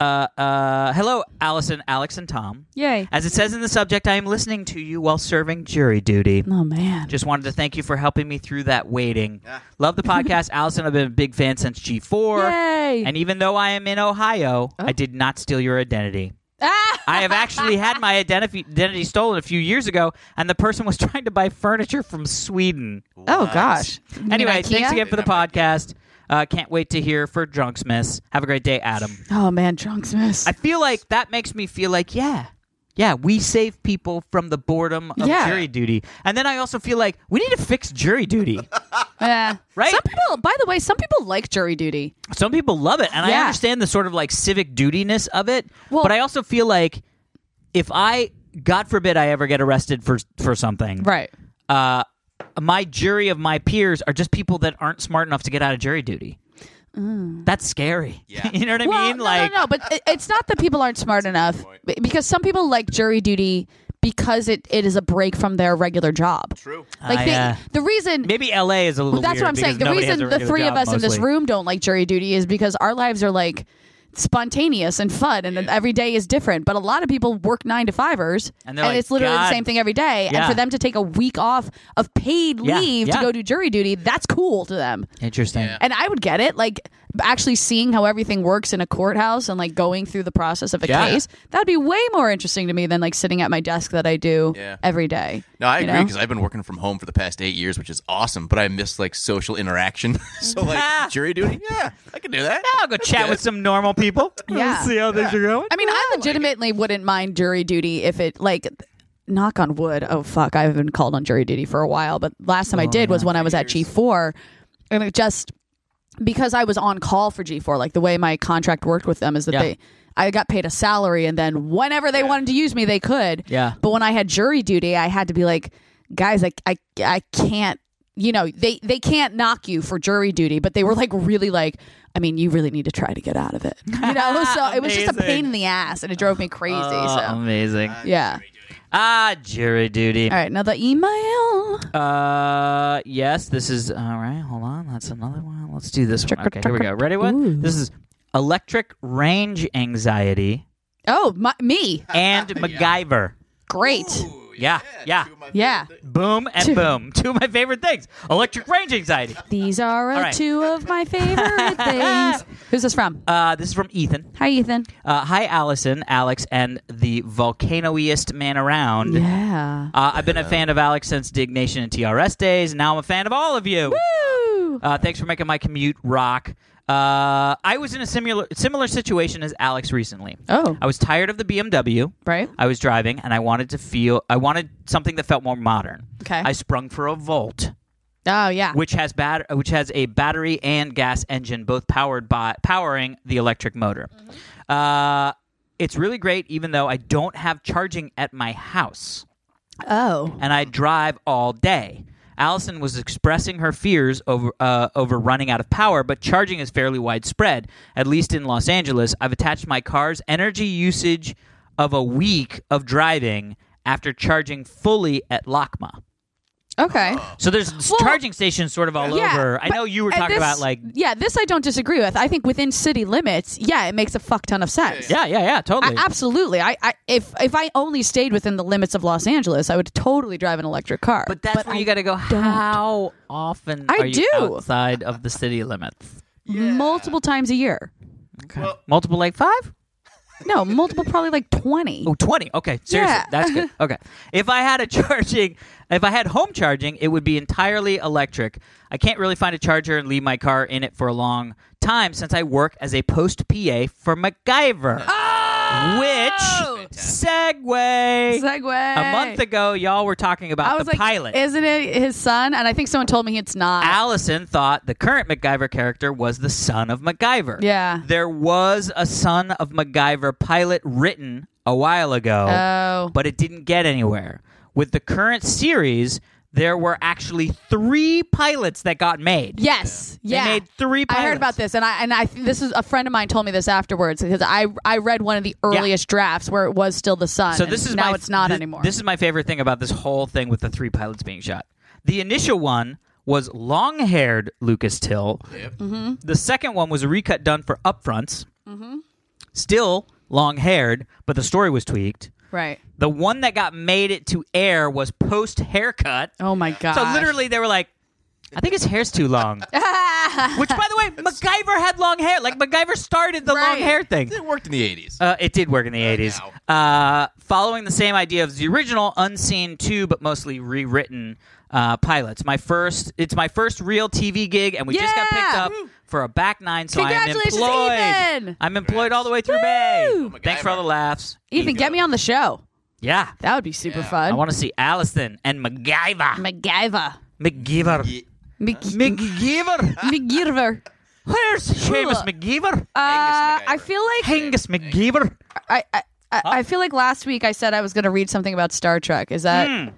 [SPEAKER 1] uh, uh, hello, Allison, Alex, and Tom.
[SPEAKER 2] Yay.
[SPEAKER 1] As it says in the subject, I am listening to you while serving jury duty.
[SPEAKER 2] Oh man.
[SPEAKER 1] Just wanted to thank you for helping me through that waiting. Love the podcast, Allison. I've been a big fan since G4.
[SPEAKER 2] Yay.
[SPEAKER 1] And even though I am in Ohio, I did not steal your identity.
[SPEAKER 2] Oh. Ah!
[SPEAKER 1] I have actually had my identif- identity stolen a few years ago, and the person was trying to buy furniture from Sweden.
[SPEAKER 2] Oh gosh. You mean
[SPEAKER 1] Anyway,
[SPEAKER 2] Ikea?
[SPEAKER 1] thanks again for the podcast. Uh, can't wait to hear for Drunksmiths. Have a great day, Adam.
[SPEAKER 2] Oh man, drunks miss.
[SPEAKER 1] I feel like that makes me feel like, yeah, yeah, we save people from the boredom of
[SPEAKER 2] Yeah.
[SPEAKER 1] jury duty. And then I also feel like we need to fix jury duty.
[SPEAKER 2] Yeah.
[SPEAKER 1] Right?
[SPEAKER 2] Some people, by the way, some people like jury duty.
[SPEAKER 1] Some people love it, and I
[SPEAKER 2] Yeah.
[SPEAKER 1] understand the sort of like civic dutiness of it.
[SPEAKER 2] Well-
[SPEAKER 1] but I also feel like if I, God forbid, I ever get arrested for for something,
[SPEAKER 2] Right.
[SPEAKER 1] uh, my jury of my peers are just people that aren't smart enough to get out of jury duty. That's scary.
[SPEAKER 4] Yeah.
[SPEAKER 1] you know what I
[SPEAKER 2] Mm. well,
[SPEAKER 1] mean?
[SPEAKER 2] no,
[SPEAKER 1] like,
[SPEAKER 2] no, no, but it- it's not that people aren't smart enough b- because some people like jury duty because it, it is a break from their regular job.
[SPEAKER 4] True.
[SPEAKER 2] Like
[SPEAKER 1] I,
[SPEAKER 2] they,
[SPEAKER 1] uh,
[SPEAKER 2] the reason
[SPEAKER 1] maybe L.A. is a little.
[SPEAKER 2] Well, that's
[SPEAKER 1] weird
[SPEAKER 2] what I'm
[SPEAKER 1] because
[SPEAKER 2] saying. The
[SPEAKER 1] nobody has a
[SPEAKER 2] reason the
[SPEAKER 1] regular
[SPEAKER 2] three of
[SPEAKER 1] job
[SPEAKER 2] us in this
[SPEAKER 1] mostly.
[SPEAKER 2] room don't like jury duty is because our lives are like spontaneous and fun, and every day is different. But a lot of people work nine to fivers,
[SPEAKER 1] And they're like,
[SPEAKER 2] it's literally
[SPEAKER 1] "God."
[SPEAKER 2] the same thing every day. And
[SPEAKER 1] Yeah.
[SPEAKER 2] for them to take a week off of paid
[SPEAKER 1] Yeah,
[SPEAKER 2] leave
[SPEAKER 1] yeah.
[SPEAKER 2] to go do jury duty, that's cool to them.
[SPEAKER 1] Interesting.
[SPEAKER 4] Yeah.
[SPEAKER 2] And I would get it, like actually seeing how everything works in a courthouse and like going through the process of a
[SPEAKER 1] Yeah.
[SPEAKER 2] case. That'd be way more interesting to me than like sitting at my desk that I do
[SPEAKER 4] Yeah.
[SPEAKER 2] every day.
[SPEAKER 4] No, I
[SPEAKER 2] you
[SPEAKER 4] agree
[SPEAKER 2] know?
[SPEAKER 4] because I've been working from home for the past eight years, which is awesome. But I miss like social interaction. so like jury duty, yeah, I can do that.
[SPEAKER 1] I'll go chat with some normal people.
[SPEAKER 2] Yeah.
[SPEAKER 1] See how things are going.
[SPEAKER 2] I mean, I legitimately wouldn't mind jury duty if it like knock on wood. Oh fuck, I haven't been called on jury duty for a while, but last
[SPEAKER 1] Oh,
[SPEAKER 2] time I did was when I was at G4 and it just because I was on call for G4, like the way my contract worked with them is that
[SPEAKER 1] Yeah.
[SPEAKER 2] they I got paid a salary and then whenever they wanted to use me, they could.
[SPEAKER 1] Yeah.
[SPEAKER 2] But when I had jury duty, I had to be like, guys, I I, I can't you know they they can't knock you for jury duty but they were like really like i mean you really need to try to get out of it you know so it was just a
[SPEAKER 1] Amazing.
[SPEAKER 2] pain in the ass and it drove me crazy
[SPEAKER 1] Uh,
[SPEAKER 2] so
[SPEAKER 1] Oh, Amazing.
[SPEAKER 2] yeah
[SPEAKER 1] Ah, jury duty.
[SPEAKER 2] all right now the email
[SPEAKER 1] Uh, yes, this is all right. Hold on, that's another one. Let's do this one. Okay, here we go. Ready? One. This is electric range anxiety
[SPEAKER 2] oh my, me
[SPEAKER 1] and MacGyver.
[SPEAKER 2] great
[SPEAKER 1] Yeah, yeah.
[SPEAKER 2] yeah
[SPEAKER 1] Boom and boom. Two of my favorite things: electric range anxiety.
[SPEAKER 2] these are uh,
[SPEAKER 1] right.
[SPEAKER 2] two of my favorite things who's this from
[SPEAKER 1] Uh, this is from Ethan.
[SPEAKER 2] hi ethan
[SPEAKER 1] Uh, hi, Allison, Alex, and the volcanoiest man around.
[SPEAKER 2] yeah
[SPEAKER 1] Uh, I've been a fan of Alex since Dignation and TRS days. Now I'm a fan of all of you.
[SPEAKER 2] Woo!
[SPEAKER 1] Uh, thanks for making my commute rock. Uh, I was in a similar similar situation as Alex recently.
[SPEAKER 2] Oh.
[SPEAKER 1] I was tired of the BMW.
[SPEAKER 2] Right.
[SPEAKER 1] I was driving, and I wanted to feel. I wanted something that felt more modern.
[SPEAKER 2] Okay.
[SPEAKER 1] I sprung for a Volt,
[SPEAKER 2] oh yeah
[SPEAKER 1] which has bat- which has a battery and gas engine, both powered by powering the electric motor.
[SPEAKER 2] Mm-hmm.
[SPEAKER 1] Uh, it's really great, even though I don't have charging at my house
[SPEAKER 2] oh
[SPEAKER 1] and I drive all day. Allison was expressing her fears over uh, over running out of power, but charging is fairly widespread, at least in Los Angeles. I've attached my car's energy usage of a week of driving after charging fully at LACMA.
[SPEAKER 2] okay
[SPEAKER 1] So there's s-
[SPEAKER 2] Well,
[SPEAKER 1] charging stations sort of all
[SPEAKER 2] Yeah,
[SPEAKER 1] over. I
[SPEAKER 2] but-
[SPEAKER 1] know you were
[SPEAKER 2] and
[SPEAKER 1] talking
[SPEAKER 2] this-
[SPEAKER 1] about like
[SPEAKER 2] yeah this i don't disagree with i think within city limits yeah it makes a fuck ton of sense
[SPEAKER 1] yeah, yeah, yeah,
[SPEAKER 2] I,
[SPEAKER 1] totally.
[SPEAKER 2] absolutely. I, I if if I only stayed within the limits of Los Angeles, I would totally drive an electric car.
[SPEAKER 1] but that's where
[SPEAKER 2] I
[SPEAKER 1] you got to go. How often
[SPEAKER 2] I
[SPEAKER 1] are you
[SPEAKER 2] do.
[SPEAKER 1] outside of the city limits?
[SPEAKER 2] multiple times a year.
[SPEAKER 1] Multiple like five?
[SPEAKER 2] No, multiple probably like twenty.
[SPEAKER 1] Oh, 20. Okay. Seriously.
[SPEAKER 2] Yeah.
[SPEAKER 1] That's good. Okay. If I had a charging, if I had home charging, it would be entirely electric. I can't really find a charger and leave my car in it for a long time since I work as a post PA for MacGyver.
[SPEAKER 2] Oh!
[SPEAKER 1] Which segue.
[SPEAKER 2] Segue.
[SPEAKER 1] A month ago, y'all were talking about
[SPEAKER 2] I was
[SPEAKER 1] the
[SPEAKER 2] like,
[SPEAKER 1] pilot.
[SPEAKER 2] isn't it his son? And I think someone told me it's not.
[SPEAKER 1] Allison thought the current MacGyver character was the son of MacGyver.
[SPEAKER 2] Yeah.
[SPEAKER 1] There was a son of MacGyver pilot written a while ago
[SPEAKER 2] Oh.
[SPEAKER 1] but it didn't get anywhere. With the current series, there were actually three pilots that got made.
[SPEAKER 2] Yes.
[SPEAKER 1] They
[SPEAKER 2] Yeah.
[SPEAKER 1] made three
[SPEAKER 2] I heard
[SPEAKER 1] pilots.
[SPEAKER 2] about this, and I and I this is a friend of mine told me this afterwards because I I read one of the earliest drafts where it was still the son.
[SPEAKER 1] So
[SPEAKER 2] and
[SPEAKER 1] this is
[SPEAKER 2] now
[SPEAKER 1] my,
[SPEAKER 2] it's not
[SPEAKER 1] thi-
[SPEAKER 2] anymore.
[SPEAKER 1] This is my favorite thing about this whole thing with the three pilots being shot. The initial one was long-haired Lucas Till.
[SPEAKER 2] Mm-hmm.
[SPEAKER 1] The second one was a recut done for upfronts. Still long-haired, but the story was tweaked.
[SPEAKER 2] right.
[SPEAKER 1] The one that got made it to air was post haircut.
[SPEAKER 2] Oh my god.
[SPEAKER 1] So literally, they were like, "I think his hair's too long." Which, by the way, MacGyver had long hair. Like MacGyver started the long
[SPEAKER 2] Right.
[SPEAKER 1] hair thing.
[SPEAKER 4] It worked in the eighties.
[SPEAKER 1] Uh, it did work in the eighties. Uh, following the same idea of the original unseen two, but mostly rewritten uh, pilots. My first, it's my first real TV gig, and we just got picked
[SPEAKER 2] Yeah.
[SPEAKER 1] up for a back nine. So
[SPEAKER 2] Congratulations,
[SPEAKER 1] I'm employed.
[SPEAKER 2] Ethan.
[SPEAKER 1] I'm employed all the way through May.
[SPEAKER 2] Woo.
[SPEAKER 1] Thanks for all the laughs.
[SPEAKER 2] Ethan, get me on the show.
[SPEAKER 1] Yeah,
[SPEAKER 2] That would be super
[SPEAKER 1] I
[SPEAKER 2] fun.
[SPEAKER 1] want to see Allison and MacGyver.
[SPEAKER 2] MacGyver.
[SPEAKER 1] MacGyver.
[SPEAKER 2] Mc-
[SPEAKER 1] MacGyver.
[SPEAKER 2] McGeever.
[SPEAKER 1] Where's Seamus
[SPEAKER 2] Huh.
[SPEAKER 1] McGeever?
[SPEAKER 2] Uh, I feel like
[SPEAKER 1] Angus McGeever?
[SPEAKER 2] I, I, I, I feel like last week I said I was going to read something about Star Trek. Is that?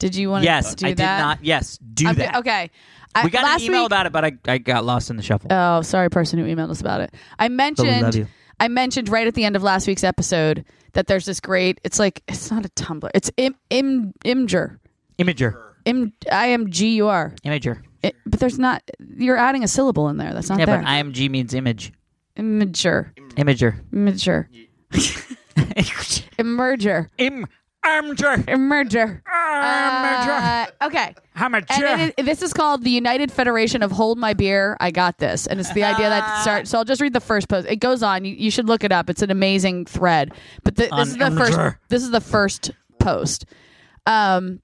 [SPEAKER 2] Did you want
[SPEAKER 1] Hmm. Yes,
[SPEAKER 2] to do
[SPEAKER 1] I did
[SPEAKER 2] that?
[SPEAKER 1] not. Yes, do
[SPEAKER 2] I'm-
[SPEAKER 1] that.
[SPEAKER 2] Okay. I,
[SPEAKER 1] We got
[SPEAKER 2] last
[SPEAKER 1] an email
[SPEAKER 2] week,
[SPEAKER 1] about it, but I, I got lost in the shuffle.
[SPEAKER 2] Oh, sorry, person who emailed us about it. I
[SPEAKER 1] love
[SPEAKER 2] mentioned
[SPEAKER 1] you.
[SPEAKER 2] I mentioned right at the end of last week's episode that there's this great. It's like it's not a Tumblr. It's im im imgur
[SPEAKER 1] Imager.
[SPEAKER 2] im i m g u r.
[SPEAKER 1] Imager.
[SPEAKER 2] It- But there's not. You're adding a syllable in there. That's not
[SPEAKER 1] Yeah,
[SPEAKER 2] there.
[SPEAKER 1] but IMG means image.
[SPEAKER 2] Imager.
[SPEAKER 1] Imager.
[SPEAKER 2] Imager. Emerger.
[SPEAKER 1] Im. Imager.
[SPEAKER 2] Emerger.
[SPEAKER 1] Imager.
[SPEAKER 2] Uh, okay. And
[SPEAKER 1] Imager.
[SPEAKER 2] it is, this is called the United Federation of Hold My Beer. I got this, and it's the idea that starts. So I'll just read the first post. It goes on. You, you should look it up. It's an amazing thread. But th- this is the first.
[SPEAKER 1] Amateur.
[SPEAKER 2] This is the first post. Um,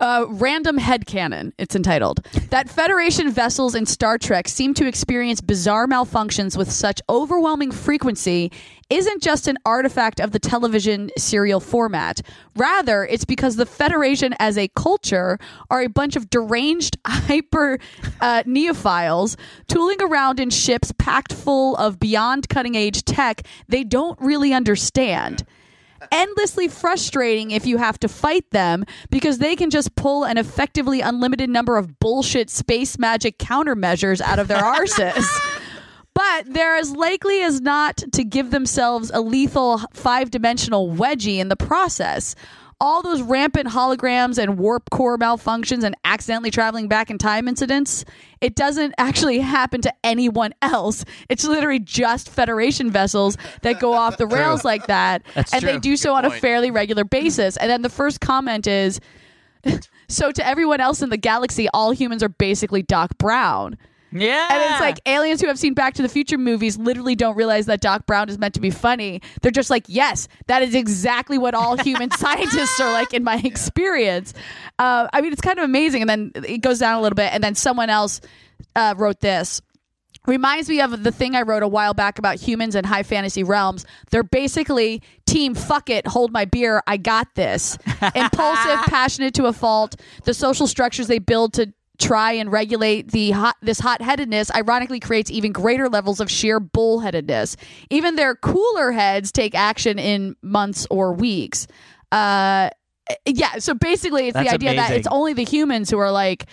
[SPEAKER 2] uh, random headcanon, it's entitled. That Federation vessels in Star Trek seem to experience bizarre malfunctions with such overwhelming frequency isn't just an artifact of the television serial format. Rather, it's because the Federation as a culture are a bunch of deranged hyper uh, neophiles tooling around in ships packed full of beyond cutting edge tech they don't really understand endlessly frustrating if you have to fight them because they can just pull an effectively unlimited number of bullshit space magic countermeasures out of their arses. But they're as likely as not to give themselves a lethal five dimensional wedgie in the process. All those rampant holograms and warp core malfunctions and accidentally traveling back in time incidents, it doesn't actually happen to anyone else. It's literally just Federation vessels that go off the rails like that. and they
[SPEAKER 1] true.
[SPEAKER 2] do so on a
[SPEAKER 4] point.
[SPEAKER 2] fairly regular basis. And then the first comment is So to everyone else in the galaxy, all humans are basically Doc Brown.
[SPEAKER 1] Yeah.
[SPEAKER 2] And it's like aliens who have seen Back to the Future movies literally don't realize that Doc Brown is meant to be funny. They're just like, yes, that is exactly what all human scientists are like in my experience. Uh, I mean, it's kind of amazing. And then it goes down a little bit, and then someone else uh, wrote this. Reminds me of the thing I wrote a while back about humans and high fantasy realms. They're basically team fuck it, hold my beer, I got this. Impulsive, passionate to a fault. The social structures they build to try and regulate the hot, this hot-headedness ironically creates even greater levels of sheer bullheadedness. Even their cooler heads take action in months or weeks. Uh yeah, so basically it's
[SPEAKER 1] That's
[SPEAKER 2] the idea that
[SPEAKER 1] amazing.
[SPEAKER 2] it's only the humans who are like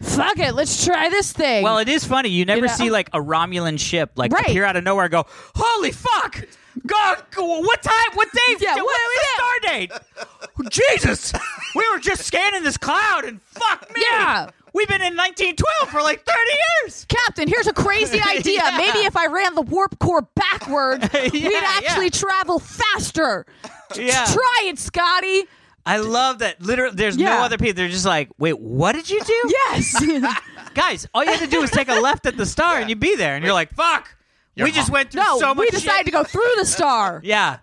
[SPEAKER 2] fuck it, let's try this thing.
[SPEAKER 1] Well, it is funny. You never
[SPEAKER 2] know?
[SPEAKER 1] see like a Romulan ship like
[SPEAKER 2] Right.
[SPEAKER 1] appear out of nowhere and go, "Holy fuck! God, go- what time? What day?
[SPEAKER 2] Yeah,
[SPEAKER 1] what's
[SPEAKER 2] what-
[SPEAKER 1] the star date? Jesus! We were just scanning this cloud, and fuck me!
[SPEAKER 2] Yeah.
[SPEAKER 1] We've been in 1912 for like 30 years.
[SPEAKER 2] Captain, here's a crazy idea.
[SPEAKER 1] Yeah.
[SPEAKER 2] Maybe if I ran the warp core backward, we'd
[SPEAKER 1] yeah.
[SPEAKER 2] actually travel faster.
[SPEAKER 1] Yeah.
[SPEAKER 2] Try it, Scotty.
[SPEAKER 1] I love that. Literally, there's
[SPEAKER 2] Yeah.
[SPEAKER 1] no other people. They're just like, "Wait, what did you do?
[SPEAKER 2] Yes.
[SPEAKER 1] Guys, all you had to do was take a left at the star, and you'd be there. And you're like, "Fuck! we just went through
[SPEAKER 2] no,
[SPEAKER 1] so much
[SPEAKER 2] we
[SPEAKER 1] shit."
[SPEAKER 2] decided to go through the star.
[SPEAKER 1] Yeah.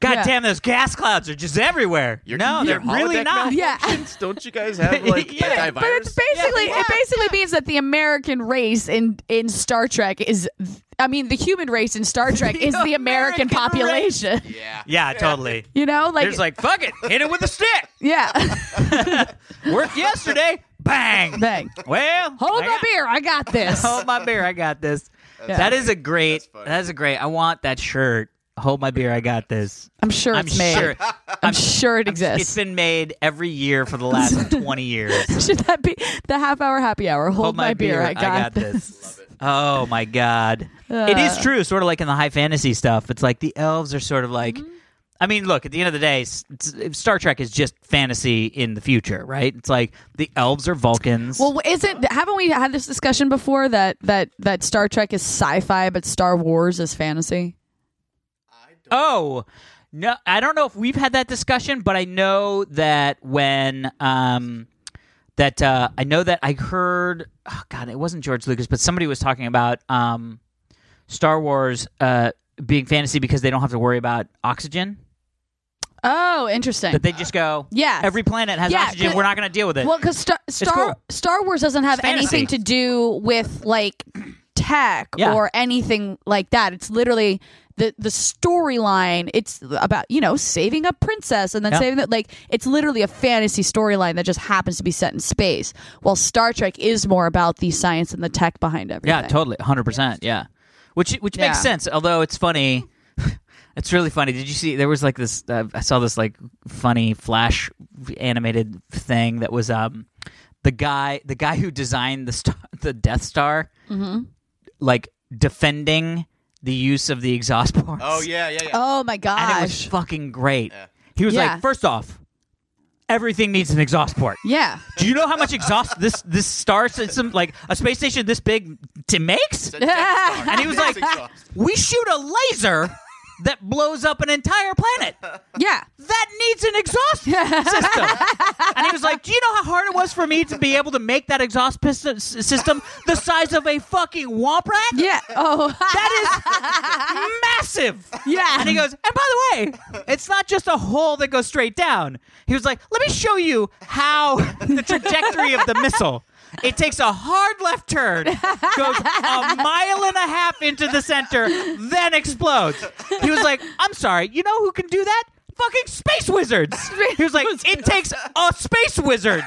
[SPEAKER 1] God
[SPEAKER 2] Yeah.
[SPEAKER 1] damn, those gas clouds are just everywhere.
[SPEAKER 4] Your-
[SPEAKER 1] no,
[SPEAKER 4] your
[SPEAKER 1] they're really
[SPEAKER 4] holodeck
[SPEAKER 1] not.
[SPEAKER 2] Yeah.
[SPEAKER 4] Don't you guys have like
[SPEAKER 1] Yeah,
[SPEAKER 4] antivirus?
[SPEAKER 2] But it's basically
[SPEAKER 1] Yeah.
[SPEAKER 2] it basically means that the American race in in Star Trek is I mean the human race in Star Trek is the American,
[SPEAKER 1] American race.
[SPEAKER 2] population.
[SPEAKER 4] yeah.
[SPEAKER 1] Yeah, totally.
[SPEAKER 2] You know, like
[SPEAKER 1] There's like, fuck it, hit it with a stick.
[SPEAKER 2] yeah.
[SPEAKER 1] Worked yesterday, bang.
[SPEAKER 2] Bang.
[SPEAKER 1] Well,
[SPEAKER 2] Hold
[SPEAKER 1] I
[SPEAKER 2] my
[SPEAKER 1] got-
[SPEAKER 2] beer. I got this.
[SPEAKER 1] Hold my beer, I got this. That is a great.
[SPEAKER 4] funny.
[SPEAKER 1] That's a great. I want that shirt. Hold my beer, I got this.
[SPEAKER 2] I'm sure
[SPEAKER 1] I'm
[SPEAKER 2] it's made.
[SPEAKER 1] sure
[SPEAKER 2] I'm sure it exists.
[SPEAKER 1] it's been made every year for the last 20 years.
[SPEAKER 2] Should that be the half hour happy hour? Hold, my, beer. I got, this. Uh.
[SPEAKER 1] Oh my god. it is true, sort of like in the high fantasy stuff. It's like the elves are sort of like
[SPEAKER 2] Mm-hmm.
[SPEAKER 1] I mean, look, at the end of the day, s- s- Star Trek is just fantasy in the future, right? It's like the elves are Vulcans.
[SPEAKER 2] Well, isn't haven't we had this discussion before that that that Star Trek is sci-fi but Star Wars is fantasy?
[SPEAKER 1] oh, no, I don't know if we've had that discussion, but I know that when um that uh I know that I heard oh god, it wasn't George Lucas, but somebody was talking about um Star Wars uh being fantasy because they don't have to worry about oxygen.
[SPEAKER 2] Oh, interesting.
[SPEAKER 1] That they just go,
[SPEAKER 2] Yes.
[SPEAKER 1] Every planet has
[SPEAKER 2] Yeah,
[SPEAKER 1] oxygen.
[SPEAKER 2] 'cause-
[SPEAKER 1] We're not going to deal with it.
[SPEAKER 2] well, because Star Star,
[SPEAKER 1] cool.
[SPEAKER 2] Star Wars doesn't have
[SPEAKER 1] It's fantasy.
[SPEAKER 2] anything to do with like tech
[SPEAKER 1] Yeah.
[SPEAKER 2] or anything like that. It's literally the the storyline. It's about you know saving a princess and then
[SPEAKER 1] Yeah.
[SPEAKER 2] saving that. Like it's literally a fantasy storyline that just happens to be set in space. While Star Trek is more about the science and the tech behind everything.
[SPEAKER 1] yeah, totally, hundred percent. Yeah, which which
[SPEAKER 2] Yeah.
[SPEAKER 1] makes sense. Although it's funny, it's really funny. Did you see? There was like this. Uh, I saw this like funny Flash animated thing that was um the guy the guy who designed the star, the Death Star,
[SPEAKER 2] Mm-hmm.
[SPEAKER 1] like defending the use of the exhaust ports.
[SPEAKER 4] Oh yeah, yeah, yeah.
[SPEAKER 2] Oh my
[SPEAKER 1] and it was
[SPEAKER 2] gosh.
[SPEAKER 1] fucking great.
[SPEAKER 4] Yeah.
[SPEAKER 1] He was
[SPEAKER 2] Yeah.
[SPEAKER 1] like, first off, everything needs an exhaust port.
[SPEAKER 2] Yeah.
[SPEAKER 1] Do you know how much exhaust this this star system, like a space station this big, t- makes?
[SPEAKER 4] and
[SPEAKER 1] he was like- We shoot a laser that blows up an entire planet.
[SPEAKER 2] Yeah.
[SPEAKER 1] That needs an exhaust system. and he was like, "Do you know how hard it was for me to be able to make that exhaust piston s- system the size of a fucking womp rat?
[SPEAKER 2] Yeah. Oh.
[SPEAKER 1] That is massive."
[SPEAKER 2] yeah.
[SPEAKER 1] And he goes, and by the way, it's not just a hole that goes straight down. He was like, let me show you how the trajectory of the missile. It takes a hard left turn, goes a mile and a half into the center, then explodes. He was like, I'm sorry, you know who can do that? Fucking space wizards. He was like, it takes a space wizard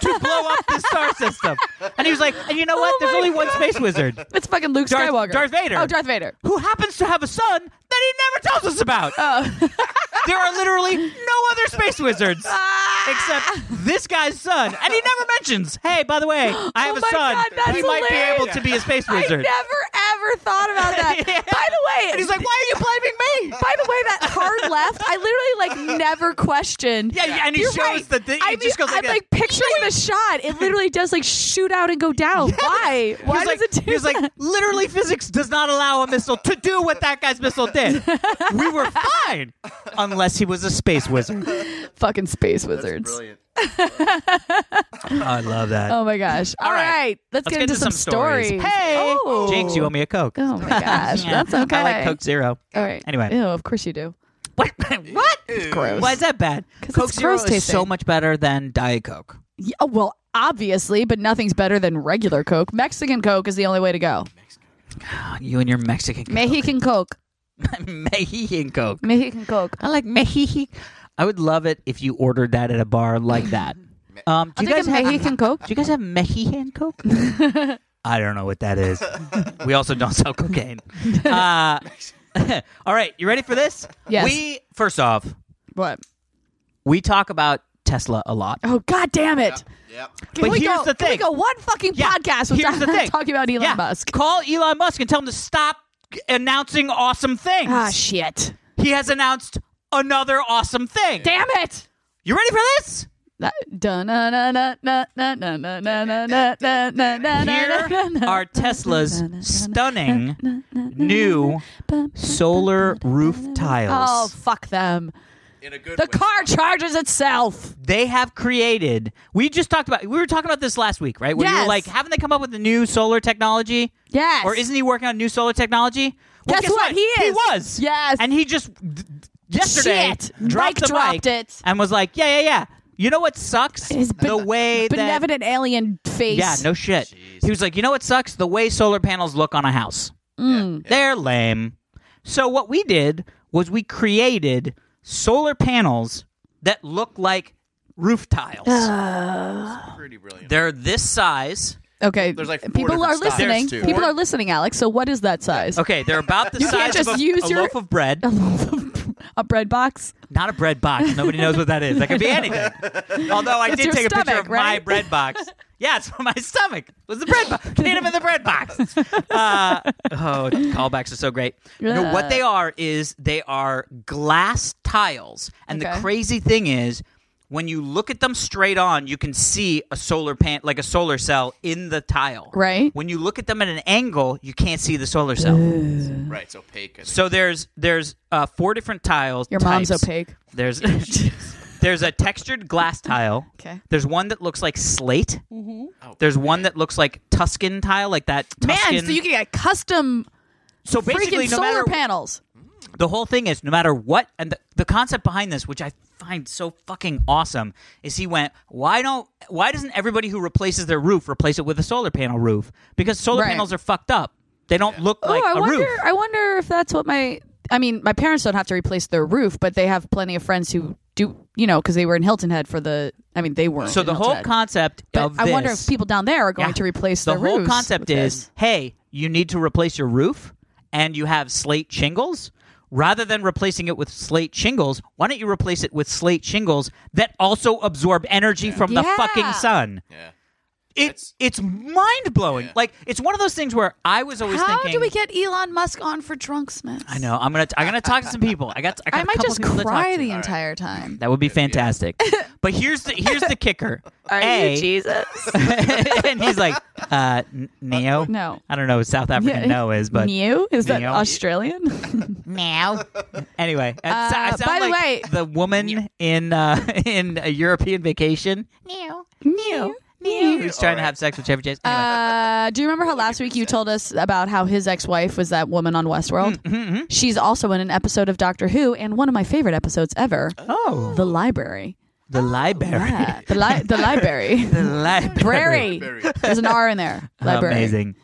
[SPEAKER 1] to blow up the star system. And he was like, and you know what?
[SPEAKER 2] Oh
[SPEAKER 1] There's
[SPEAKER 2] my
[SPEAKER 1] only one space wizard
[SPEAKER 2] It's fucking Luke
[SPEAKER 1] Darth-
[SPEAKER 2] Skywalker.
[SPEAKER 1] Darth Vader.
[SPEAKER 2] Oh, Darth Vader.
[SPEAKER 1] who happens to have a son that he never tells us about.
[SPEAKER 2] Oh.
[SPEAKER 1] There are literally no other space wizards
[SPEAKER 2] Ah.
[SPEAKER 1] except this guy's son, and he never mentions. Hey, by the way, I have
[SPEAKER 2] Oh
[SPEAKER 1] a
[SPEAKER 2] my
[SPEAKER 1] son.
[SPEAKER 2] God, that's
[SPEAKER 1] he might
[SPEAKER 2] hilarious.
[SPEAKER 1] be able to be a space
[SPEAKER 2] I never
[SPEAKER 1] wizard.
[SPEAKER 2] ever thought about that.
[SPEAKER 1] Yeah.
[SPEAKER 2] By the way,
[SPEAKER 1] and he's like, "Why are you blaming me?"
[SPEAKER 2] by the way, that hard left, I literally like never questioned.
[SPEAKER 1] Yeah, yeah, and he
[SPEAKER 2] You're
[SPEAKER 1] shows
[SPEAKER 2] right.
[SPEAKER 1] the thing.
[SPEAKER 2] I
[SPEAKER 1] He just
[SPEAKER 2] mean,
[SPEAKER 1] goes like,
[SPEAKER 2] I'm
[SPEAKER 1] this.
[SPEAKER 2] like picturing the shot. It literally does like shoot out and go down. Why?
[SPEAKER 1] He
[SPEAKER 2] Why
[SPEAKER 1] was
[SPEAKER 2] does
[SPEAKER 1] like,
[SPEAKER 2] it do
[SPEAKER 1] he was
[SPEAKER 2] that?
[SPEAKER 1] like, literally, physics does not allow a missile to do what that guy's missile did. we were fine, unless he was a space wizard.
[SPEAKER 2] fucking space wizards?
[SPEAKER 4] Brilliant.
[SPEAKER 1] I love that.
[SPEAKER 2] Oh my gosh! All
[SPEAKER 1] right.
[SPEAKER 2] right. let's, get, into some, stories.
[SPEAKER 1] Hey,
[SPEAKER 2] oh.
[SPEAKER 1] Jinx, you owe me a Coke.
[SPEAKER 2] Oh my gosh,
[SPEAKER 1] Yeah.
[SPEAKER 2] that's okay.
[SPEAKER 1] I like Coke Zero.
[SPEAKER 2] All right.
[SPEAKER 1] Anyway.
[SPEAKER 2] Ew, of course you do.
[SPEAKER 1] What? what?
[SPEAKER 2] Gross.
[SPEAKER 1] Why is that bad?
[SPEAKER 2] 'Cause
[SPEAKER 1] Coke
[SPEAKER 2] it's
[SPEAKER 1] Zero
[SPEAKER 2] gross
[SPEAKER 1] is so
[SPEAKER 2] tasting.
[SPEAKER 1] much better than Diet Coke.
[SPEAKER 2] Yeah, oh, well, obviously, but nothing's better than regular Coke. Mexican Coke is the only way to go.
[SPEAKER 1] Uh, You and your Mexican
[SPEAKER 2] Mexican Coke.
[SPEAKER 1] Coke. Mexican Coke.
[SPEAKER 2] Mexican Coke.
[SPEAKER 1] I like Mexican. I would love it if you ordered that at a bar like that. Um, do
[SPEAKER 2] I'll
[SPEAKER 1] you guys
[SPEAKER 2] take a
[SPEAKER 1] have?
[SPEAKER 2] Mexican Coke.
[SPEAKER 1] Do you guys have Mexican Coke? I don't know what that is. we also don't sell cocaine. Uh, all right, you ready for this?
[SPEAKER 2] Yes.
[SPEAKER 1] We first off,
[SPEAKER 2] What?
[SPEAKER 1] we talk about Tesla a lot.
[SPEAKER 2] Oh God damn it!
[SPEAKER 4] Yep.
[SPEAKER 2] Can
[SPEAKER 1] But
[SPEAKER 2] we
[SPEAKER 1] here's
[SPEAKER 2] go,
[SPEAKER 1] the
[SPEAKER 2] Can we
[SPEAKER 1] thing.
[SPEAKER 2] go one fucking
[SPEAKER 1] Yeah,
[SPEAKER 2] podcast without
[SPEAKER 1] here's the thing.
[SPEAKER 2] talking about Elon
[SPEAKER 1] yeah.
[SPEAKER 2] Musk?
[SPEAKER 1] Call Elon Musk and tell him to stop announcing awesome things.
[SPEAKER 2] Ah shit!
[SPEAKER 1] he has announced another awesome thing.
[SPEAKER 2] Damn it!
[SPEAKER 1] You ready for this?
[SPEAKER 2] That- dun- na- na- na- na- na- na- na- na- na- na- na- na- na- na- na-
[SPEAKER 1] Here
[SPEAKER 2] na-
[SPEAKER 1] are Tesla's stunning new solar roof
[SPEAKER 2] Oh
[SPEAKER 1] tiles.
[SPEAKER 2] fuck them!
[SPEAKER 4] In a good
[SPEAKER 2] The
[SPEAKER 4] way.
[SPEAKER 2] car charges itself.
[SPEAKER 1] They have created. We just talked about. We were talking about this last week, right? Where you
[SPEAKER 2] Yes.
[SPEAKER 1] were like, haven't they come up with a new solar technology?
[SPEAKER 2] Yes.
[SPEAKER 1] Or isn't he working on new solar technology? Well,
[SPEAKER 2] Guess what? He
[SPEAKER 1] He
[SPEAKER 2] is.
[SPEAKER 1] was.
[SPEAKER 2] Yes.
[SPEAKER 1] And he just d- d- yesterday
[SPEAKER 2] Shit.
[SPEAKER 1] dropped the
[SPEAKER 2] Mic
[SPEAKER 1] mic
[SPEAKER 2] dropped it.
[SPEAKER 1] and was like, yeah, yeah, yeah. You know what sucks?
[SPEAKER 2] His
[SPEAKER 1] the
[SPEAKER 2] ben-
[SPEAKER 1] way that
[SPEAKER 2] benevolent alien face?
[SPEAKER 1] Yeah, no shit. He was like, you know what sucks? The way solar panels look on a house. They're lame. So what we did was we created solar panels that look like roof tiles.
[SPEAKER 2] Mm.
[SPEAKER 4] Pretty brilliant.
[SPEAKER 1] They're this size.
[SPEAKER 2] Okay.
[SPEAKER 4] There's like four
[SPEAKER 2] people
[SPEAKER 4] different
[SPEAKER 2] are
[SPEAKER 4] styles,
[SPEAKER 2] listening.
[SPEAKER 4] too.
[SPEAKER 2] People
[SPEAKER 4] Four-
[SPEAKER 2] are listening, Alex. So what is that size?
[SPEAKER 1] Okay, they're about the
[SPEAKER 2] You can't
[SPEAKER 1] size
[SPEAKER 2] just
[SPEAKER 1] of a,
[SPEAKER 2] use
[SPEAKER 1] a
[SPEAKER 2] your-
[SPEAKER 1] loaf of bread.
[SPEAKER 2] a bread box.
[SPEAKER 1] Not a bread box. Nobody knows what that is. That could be anything. Although I
[SPEAKER 2] That's
[SPEAKER 1] did
[SPEAKER 2] your
[SPEAKER 1] take a picture
[SPEAKER 2] stomach,
[SPEAKER 1] of my
[SPEAKER 2] right?
[SPEAKER 1] bread box. Yeah, it's for my stomach. It was the bread box. Native in the bread box. Uh, oh, callbacks are so great. No, what they are is they are glass tiles. And
[SPEAKER 2] Okay.
[SPEAKER 1] the crazy thing is, when you look at them straight on, you can see a solar pan, like a solar cell in the tile.
[SPEAKER 2] Right.
[SPEAKER 1] When you look at them at an angle, you can't see the solar cell.
[SPEAKER 4] Right, it's opaque. I think.
[SPEAKER 1] So there's there's uh, four different tiles.
[SPEAKER 2] Your mom's
[SPEAKER 1] types.
[SPEAKER 2] opaque.
[SPEAKER 1] There's there's a textured glass tile.
[SPEAKER 2] Okay. Mm-hmm.
[SPEAKER 1] There's one that looks like slate. There's one that looks like Tuscan tile, like that. Tuscan.
[SPEAKER 2] Man, so you can get custom
[SPEAKER 1] So basically,
[SPEAKER 2] freaking
[SPEAKER 1] no
[SPEAKER 2] solar
[SPEAKER 1] matter
[SPEAKER 2] panels.
[SPEAKER 1] the whole thing is, no matter what, and the, the concept behind this, which I find so fucking awesome, is he went, why don't, why doesn't everybody who replaces their roof replace it with a solar panel roof? Because solar
[SPEAKER 2] Right.
[SPEAKER 1] panels are fucked up. They don't look like
[SPEAKER 2] oh, I
[SPEAKER 1] a
[SPEAKER 2] wonder.
[SPEAKER 1] roof.
[SPEAKER 2] I wonder if that's what my. I mean, my parents don't have to replace their roof, but they have plenty of friends who do. You know, because they were in Hilton Head for the. I mean, they weren't.
[SPEAKER 1] So
[SPEAKER 2] in
[SPEAKER 1] the
[SPEAKER 2] Hilton
[SPEAKER 1] whole
[SPEAKER 2] Head.
[SPEAKER 1] concept
[SPEAKER 2] But
[SPEAKER 1] of
[SPEAKER 2] I wonder
[SPEAKER 1] this-
[SPEAKER 2] if people down there are going
[SPEAKER 1] Yeah.
[SPEAKER 2] to replace
[SPEAKER 1] the
[SPEAKER 2] their
[SPEAKER 1] whole
[SPEAKER 2] roofs
[SPEAKER 1] concept
[SPEAKER 2] with
[SPEAKER 1] is
[SPEAKER 2] this.
[SPEAKER 1] hey you need to replace your roof and you have slate shingles rather than replacing it with slate shingles why don't you replace it with slate shingles that also absorb energy from the
[SPEAKER 2] Yeah.
[SPEAKER 1] fucking sun
[SPEAKER 4] yeah.
[SPEAKER 1] It's it's mind blowing. Like it's one of those things where I was always
[SPEAKER 2] How
[SPEAKER 1] thinking.
[SPEAKER 2] do we get Elon Musk on for Drunksmith?
[SPEAKER 1] I know I'm gonna I'm gonna talk to some people. I got I, got
[SPEAKER 2] I
[SPEAKER 1] a
[SPEAKER 2] might
[SPEAKER 1] couple
[SPEAKER 2] just
[SPEAKER 1] people to talk
[SPEAKER 2] cry
[SPEAKER 1] to.
[SPEAKER 2] the entire time.
[SPEAKER 1] That would be fantastic. but here's the here's the kicker.
[SPEAKER 2] Are
[SPEAKER 1] A-
[SPEAKER 2] you Jesus?
[SPEAKER 1] and he's like, uh, N- Neo.
[SPEAKER 2] No.
[SPEAKER 1] I don't know what South African no is, but
[SPEAKER 2] New? Is that
[SPEAKER 1] Neo?
[SPEAKER 2] Australian?
[SPEAKER 1] Neo. Anyway, I so- I
[SPEAKER 2] Uh,
[SPEAKER 1] sound
[SPEAKER 2] by the
[SPEAKER 1] like
[SPEAKER 2] way-
[SPEAKER 1] the woman in uh, in a European vacation. Neo.
[SPEAKER 2] New.
[SPEAKER 1] Who's trying to have sex with Chevy Chase? Anyway.
[SPEAKER 2] Uh, do you remember how last week you told us about how his ex-wife was that woman on Westworld?
[SPEAKER 1] Mm,
[SPEAKER 2] She's also in an episode of Doctor Who and one of my favorite episodes ever,
[SPEAKER 1] oh,
[SPEAKER 2] The Library.
[SPEAKER 1] the library.
[SPEAKER 2] oh, Yeah, the li- the library.
[SPEAKER 1] The library.
[SPEAKER 2] Brary. There's an R in there. Library.
[SPEAKER 1] Amazing.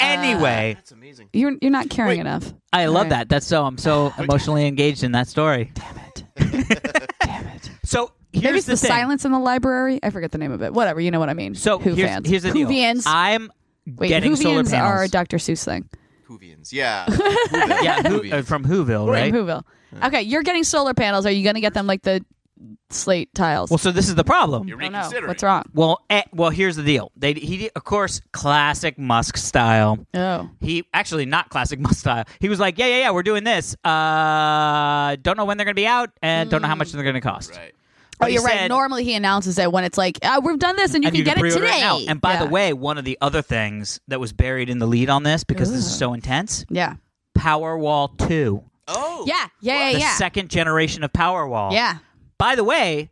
[SPEAKER 1] Anyway,
[SPEAKER 4] That's amazing.
[SPEAKER 2] You're you're not caring enough.
[SPEAKER 1] I love
[SPEAKER 2] Alright.
[SPEAKER 1] that. That's so I'm so emotionally engaged in that story. Damn it.
[SPEAKER 2] Damn it.
[SPEAKER 1] So here's
[SPEAKER 2] Maybe it's
[SPEAKER 1] the,
[SPEAKER 2] the,
[SPEAKER 1] thing.
[SPEAKER 2] silence in the library. I forget the name of it. Whatever. You know what I mean.
[SPEAKER 1] So
[SPEAKER 2] Who
[SPEAKER 1] here's,
[SPEAKER 2] fans?
[SPEAKER 1] here's the deal.
[SPEAKER 2] Whovians.
[SPEAKER 1] I'm
[SPEAKER 2] Wait,
[SPEAKER 1] getting
[SPEAKER 2] Whovians
[SPEAKER 1] solar panels.
[SPEAKER 2] are a Dr. Seuss thing.
[SPEAKER 4] Hoovians. Yeah. Whoville.
[SPEAKER 1] yeah, who, uh,
[SPEAKER 4] Whovians.
[SPEAKER 1] from Whoville, right?
[SPEAKER 2] From Whoville. Okay, you're getting solar panels. Are you going to get them like the slate tiles?
[SPEAKER 1] Well, so this is the problem.
[SPEAKER 4] You're
[SPEAKER 2] I don't know.
[SPEAKER 4] reconsidering.
[SPEAKER 2] What's wrong?
[SPEAKER 1] Well, eh, well, here's the deal. They he did- of course classic Musk style.
[SPEAKER 2] Oh.
[SPEAKER 1] He actually not classic Musk style. He was like, yeah, yeah, yeah, we're doing this. Uh, don't know when they're gonna be out, and don't know how much they're gonna cost.
[SPEAKER 4] Right.
[SPEAKER 1] But
[SPEAKER 2] oh,
[SPEAKER 1] he
[SPEAKER 2] you're right.
[SPEAKER 1] said-
[SPEAKER 2] Normally he announces it when it's like, uh, we've done this and you
[SPEAKER 1] and
[SPEAKER 2] can
[SPEAKER 1] you
[SPEAKER 2] get
[SPEAKER 1] can
[SPEAKER 2] it
[SPEAKER 1] pre-order
[SPEAKER 2] today.
[SPEAKER 1] it now. And by the
[SPEAKER 2] Yeah.
[SPEAKER 1] way, one of the other things that was buried in the lead on this, because this is
[SPEAKER 2] Ooh.
[SPEAKER 1] so intense,
[SPEAKER 2] Yeah.
[SPEAKER 1] Powerwall Two,
[SPEAKER 4] Oh.
[SPEAKER 2] Yeah. Yeah.
[SPEAKER 1] the
[SPEAKER 2] Yeah. Yeah.
[SPEAKER 1] second generation of Powerwall.
[SPEAKER 2] yeah.
[SPEAKER 1] By the way,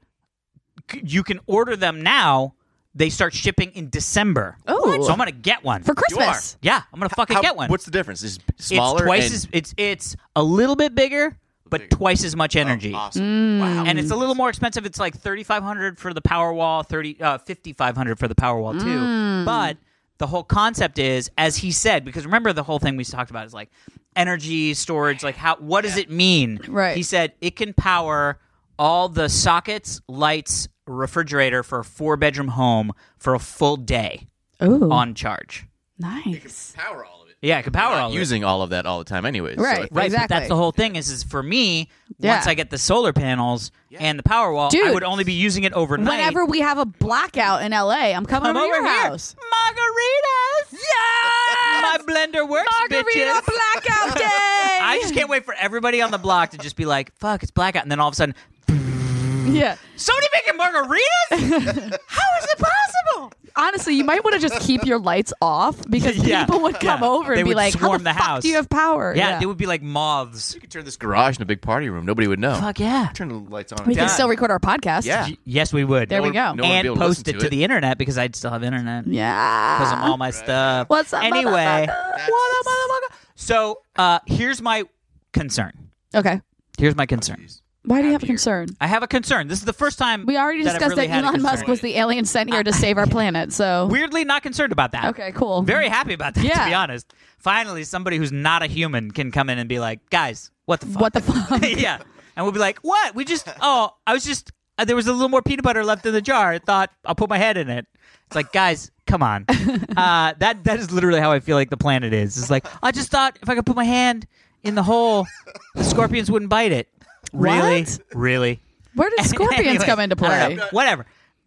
[SPEAKER 1] c- you can order them now. They start shipping in December.
[SPEAKER 2] Oh.
[SPEAKER 1] so I'm gonna get one
[SPEAKER 2] For Christmas.
[SPEAKER 1] Yeah, I'm gonna fucking
[SPEAKER 4] How-
[SPEAKER 1] get one.
[SPEAKER 4] What's the difference? Is smaller?
[SPEAKER 1] It's twice
[SPEAKER 4] and-
[SPEAKER 1] as it's it's a little bit bigger, but
[SPEAKER 4] Bigger.
[SPEAKER 1] twice as much energy.
[SPEAKER 4] Oh,
[SPEAKER 2] Mm.
[SPEAKER 4] awesome. Wow.
[SPEAKER 1] And it's a little more expensive. It's like 3500 for the Powerwall, 30 uh 5500 for the Powerwall too.
[SPEAKER 4] Mm.
[SPEAKER 1] But the whole concept is as he said because remember the whole thing we talked about is like energy storage like how what does it mean?
[SPEAKER 2] Right.
[SPEAKER 1] He said it can power all the sockets, lights, refrigerator for a four bedroom home for a full day
[SPEAKER 2] Ooh.
[SPEAKER 1] on charge.
[SPEAKER 2] nice.
[SPEAKER 4] power all of it.
[SPEAKER 1] Yeah, it can power all of it.
[SPEAKER 4] Using all of that all the time, anyways. So
[SPEAKER 2] Right.
[SPEAKER 4] it-
[SPEAKER 1] Right, but that's
[SPEAKER 2] Exactly.
[SPEAKER 1] the whole thing. Is is for me
[SPEAKER 2] Yeah.
[SPEAKER 1] once I get the solar panels and the power wall, I
[SPEAKER 2] Dude.
[SPEAKER 1] would only be using it overnight.
[SPEAKER 2] Whenever we have a blackout in LA, I'm coming
[SPEAKER 1] I'm
[SPEAKER 2] over
[SPEAKER 1] over
[SPEAKER 2] to your
[SPEAKER 1] here.
[SPEAKER 2] house.
[SPEAKER 1] margaritas, yeah, my blender works,
[SPEAKER 2] Margarita
[SPEAKER 1] bitches.
[SPEAKER 2] blackout day.
[SPEAKER 1] I just can't wait for everybody on the block to just be like, "Fuck, it's blackout," and then all of a sudden,
[SPEAKER 2] Yeah.
[SPEAKER 1] Sony making margaritas? How is it possible?
[SPEAKER 2] Honestly, you might want to just keep your lights off because
[SPEAKER 1] Yeah.
[SPEAKER 2] people would come
[SPEAKER 1] Yeah.
[SPEAKER 2] over and
[SPEAKER 1] They
[SPEAKER 2] be
[SPEAKER 1] would
[SPEAKER 2] like, "How
[SPEAKER 1] swarm
[SPEAKER 2] the,
[SPEAKER 1] the
[SPEAKER 2] fuck
[SPEAKER 1] house.
[SPEAKER 2] do you have power?"
[SPEAKER 1] Yeah, they would be like moths.
[SPEAKER 4] You could turn this garage into a big party room. Nobody would know.
[SPEAKER 1] Fuck yeah.
[SPEAKER 4] Turn the lights on.
[SPEAKER 2] we
[SPEAKER 1] Yeah.
[SPEAKER 2] can still record our podcast.
[SPEAKER 4] Yeah.
[SPEAKER 1] Y- Yes, we would.
[SPEAKER 2] There
[SPEAKER 4] No
[SPEAKER 2] we
[SPEAKER 4] one-
[SPEAKER 2] go.
[SPEAKER 4] no one would be
[SPEAKER 1] and
[SPEAKER 4] able to
[SPEAKER 1] post
[SPEAKER 4] listen
[SPEAKER 1] it to
[SPEAKER 4] it.
[SPEAKER 1] the internet because I'd still have internet.
[SPEAKER 2] Yeah.
[SPEAKER 1] because of all my stuff.
[SPEAKER 2] What's up,
[SPEAKER 1] Anyway,
[SPEAKER 2] motherfucker?
[SPEAKER 1] what up, motherfucker? So uh, here's my concern.
[SPEAKER 2] Okay.
[SPEAKER 1] Here's my concern.
[SPEAKER 2] Why do you have a
[SPEAKER 4] Happier.
[SPEAKER 2] concern?
[SPEAKER 1] I have a concern. This is the first time
[SPEAKER 2] We already
[SPEAKER 1] that I've
[SPEAKER 2] discussed
[SPEAKER 1] really
[SPEAKER 2] that
[SPEAKER 1] had a
[SPEAKER 2] Elon
[SPEAKER 1] concern.
[SPEAKER 2] Musk was the alien sent here to save our planet. So
[SPEAKER 1] Weirdly, not concerned about that.
[SPEAKER 2] okay, cool.
[SPEAKER 1] Very happy about that, to
[SPEAKER 2] Yeah.
[SPEAKER 1] be honest. Finally, somebody who's not a human can come in and be like, guys, what the fuck?
[SPEAKER 2] What the fuck?
[SPEAKER 1] yeah. And we'll be like, what? We just, oh, I was just, uh, there was a little more peanut butter left in the jar. I thought I'll put my head in it. It's like, guys, come on. Uh, that That is literally how I feel like the planet is. It's like, I just thought if I could put my hand in the hole, the scorpions wouldn't bite it. Really?
[SPEAKER 2] What?
[SPEAKER 1] Really?
[SPEAKER 2] Where did scorpions
[SPEAKER 1] Anyway,
[SPEAKER 2] come into
[SPEAKER 1] I don't
[SPEAKER 2] play?
[SPEAKER 1] know. Whatever.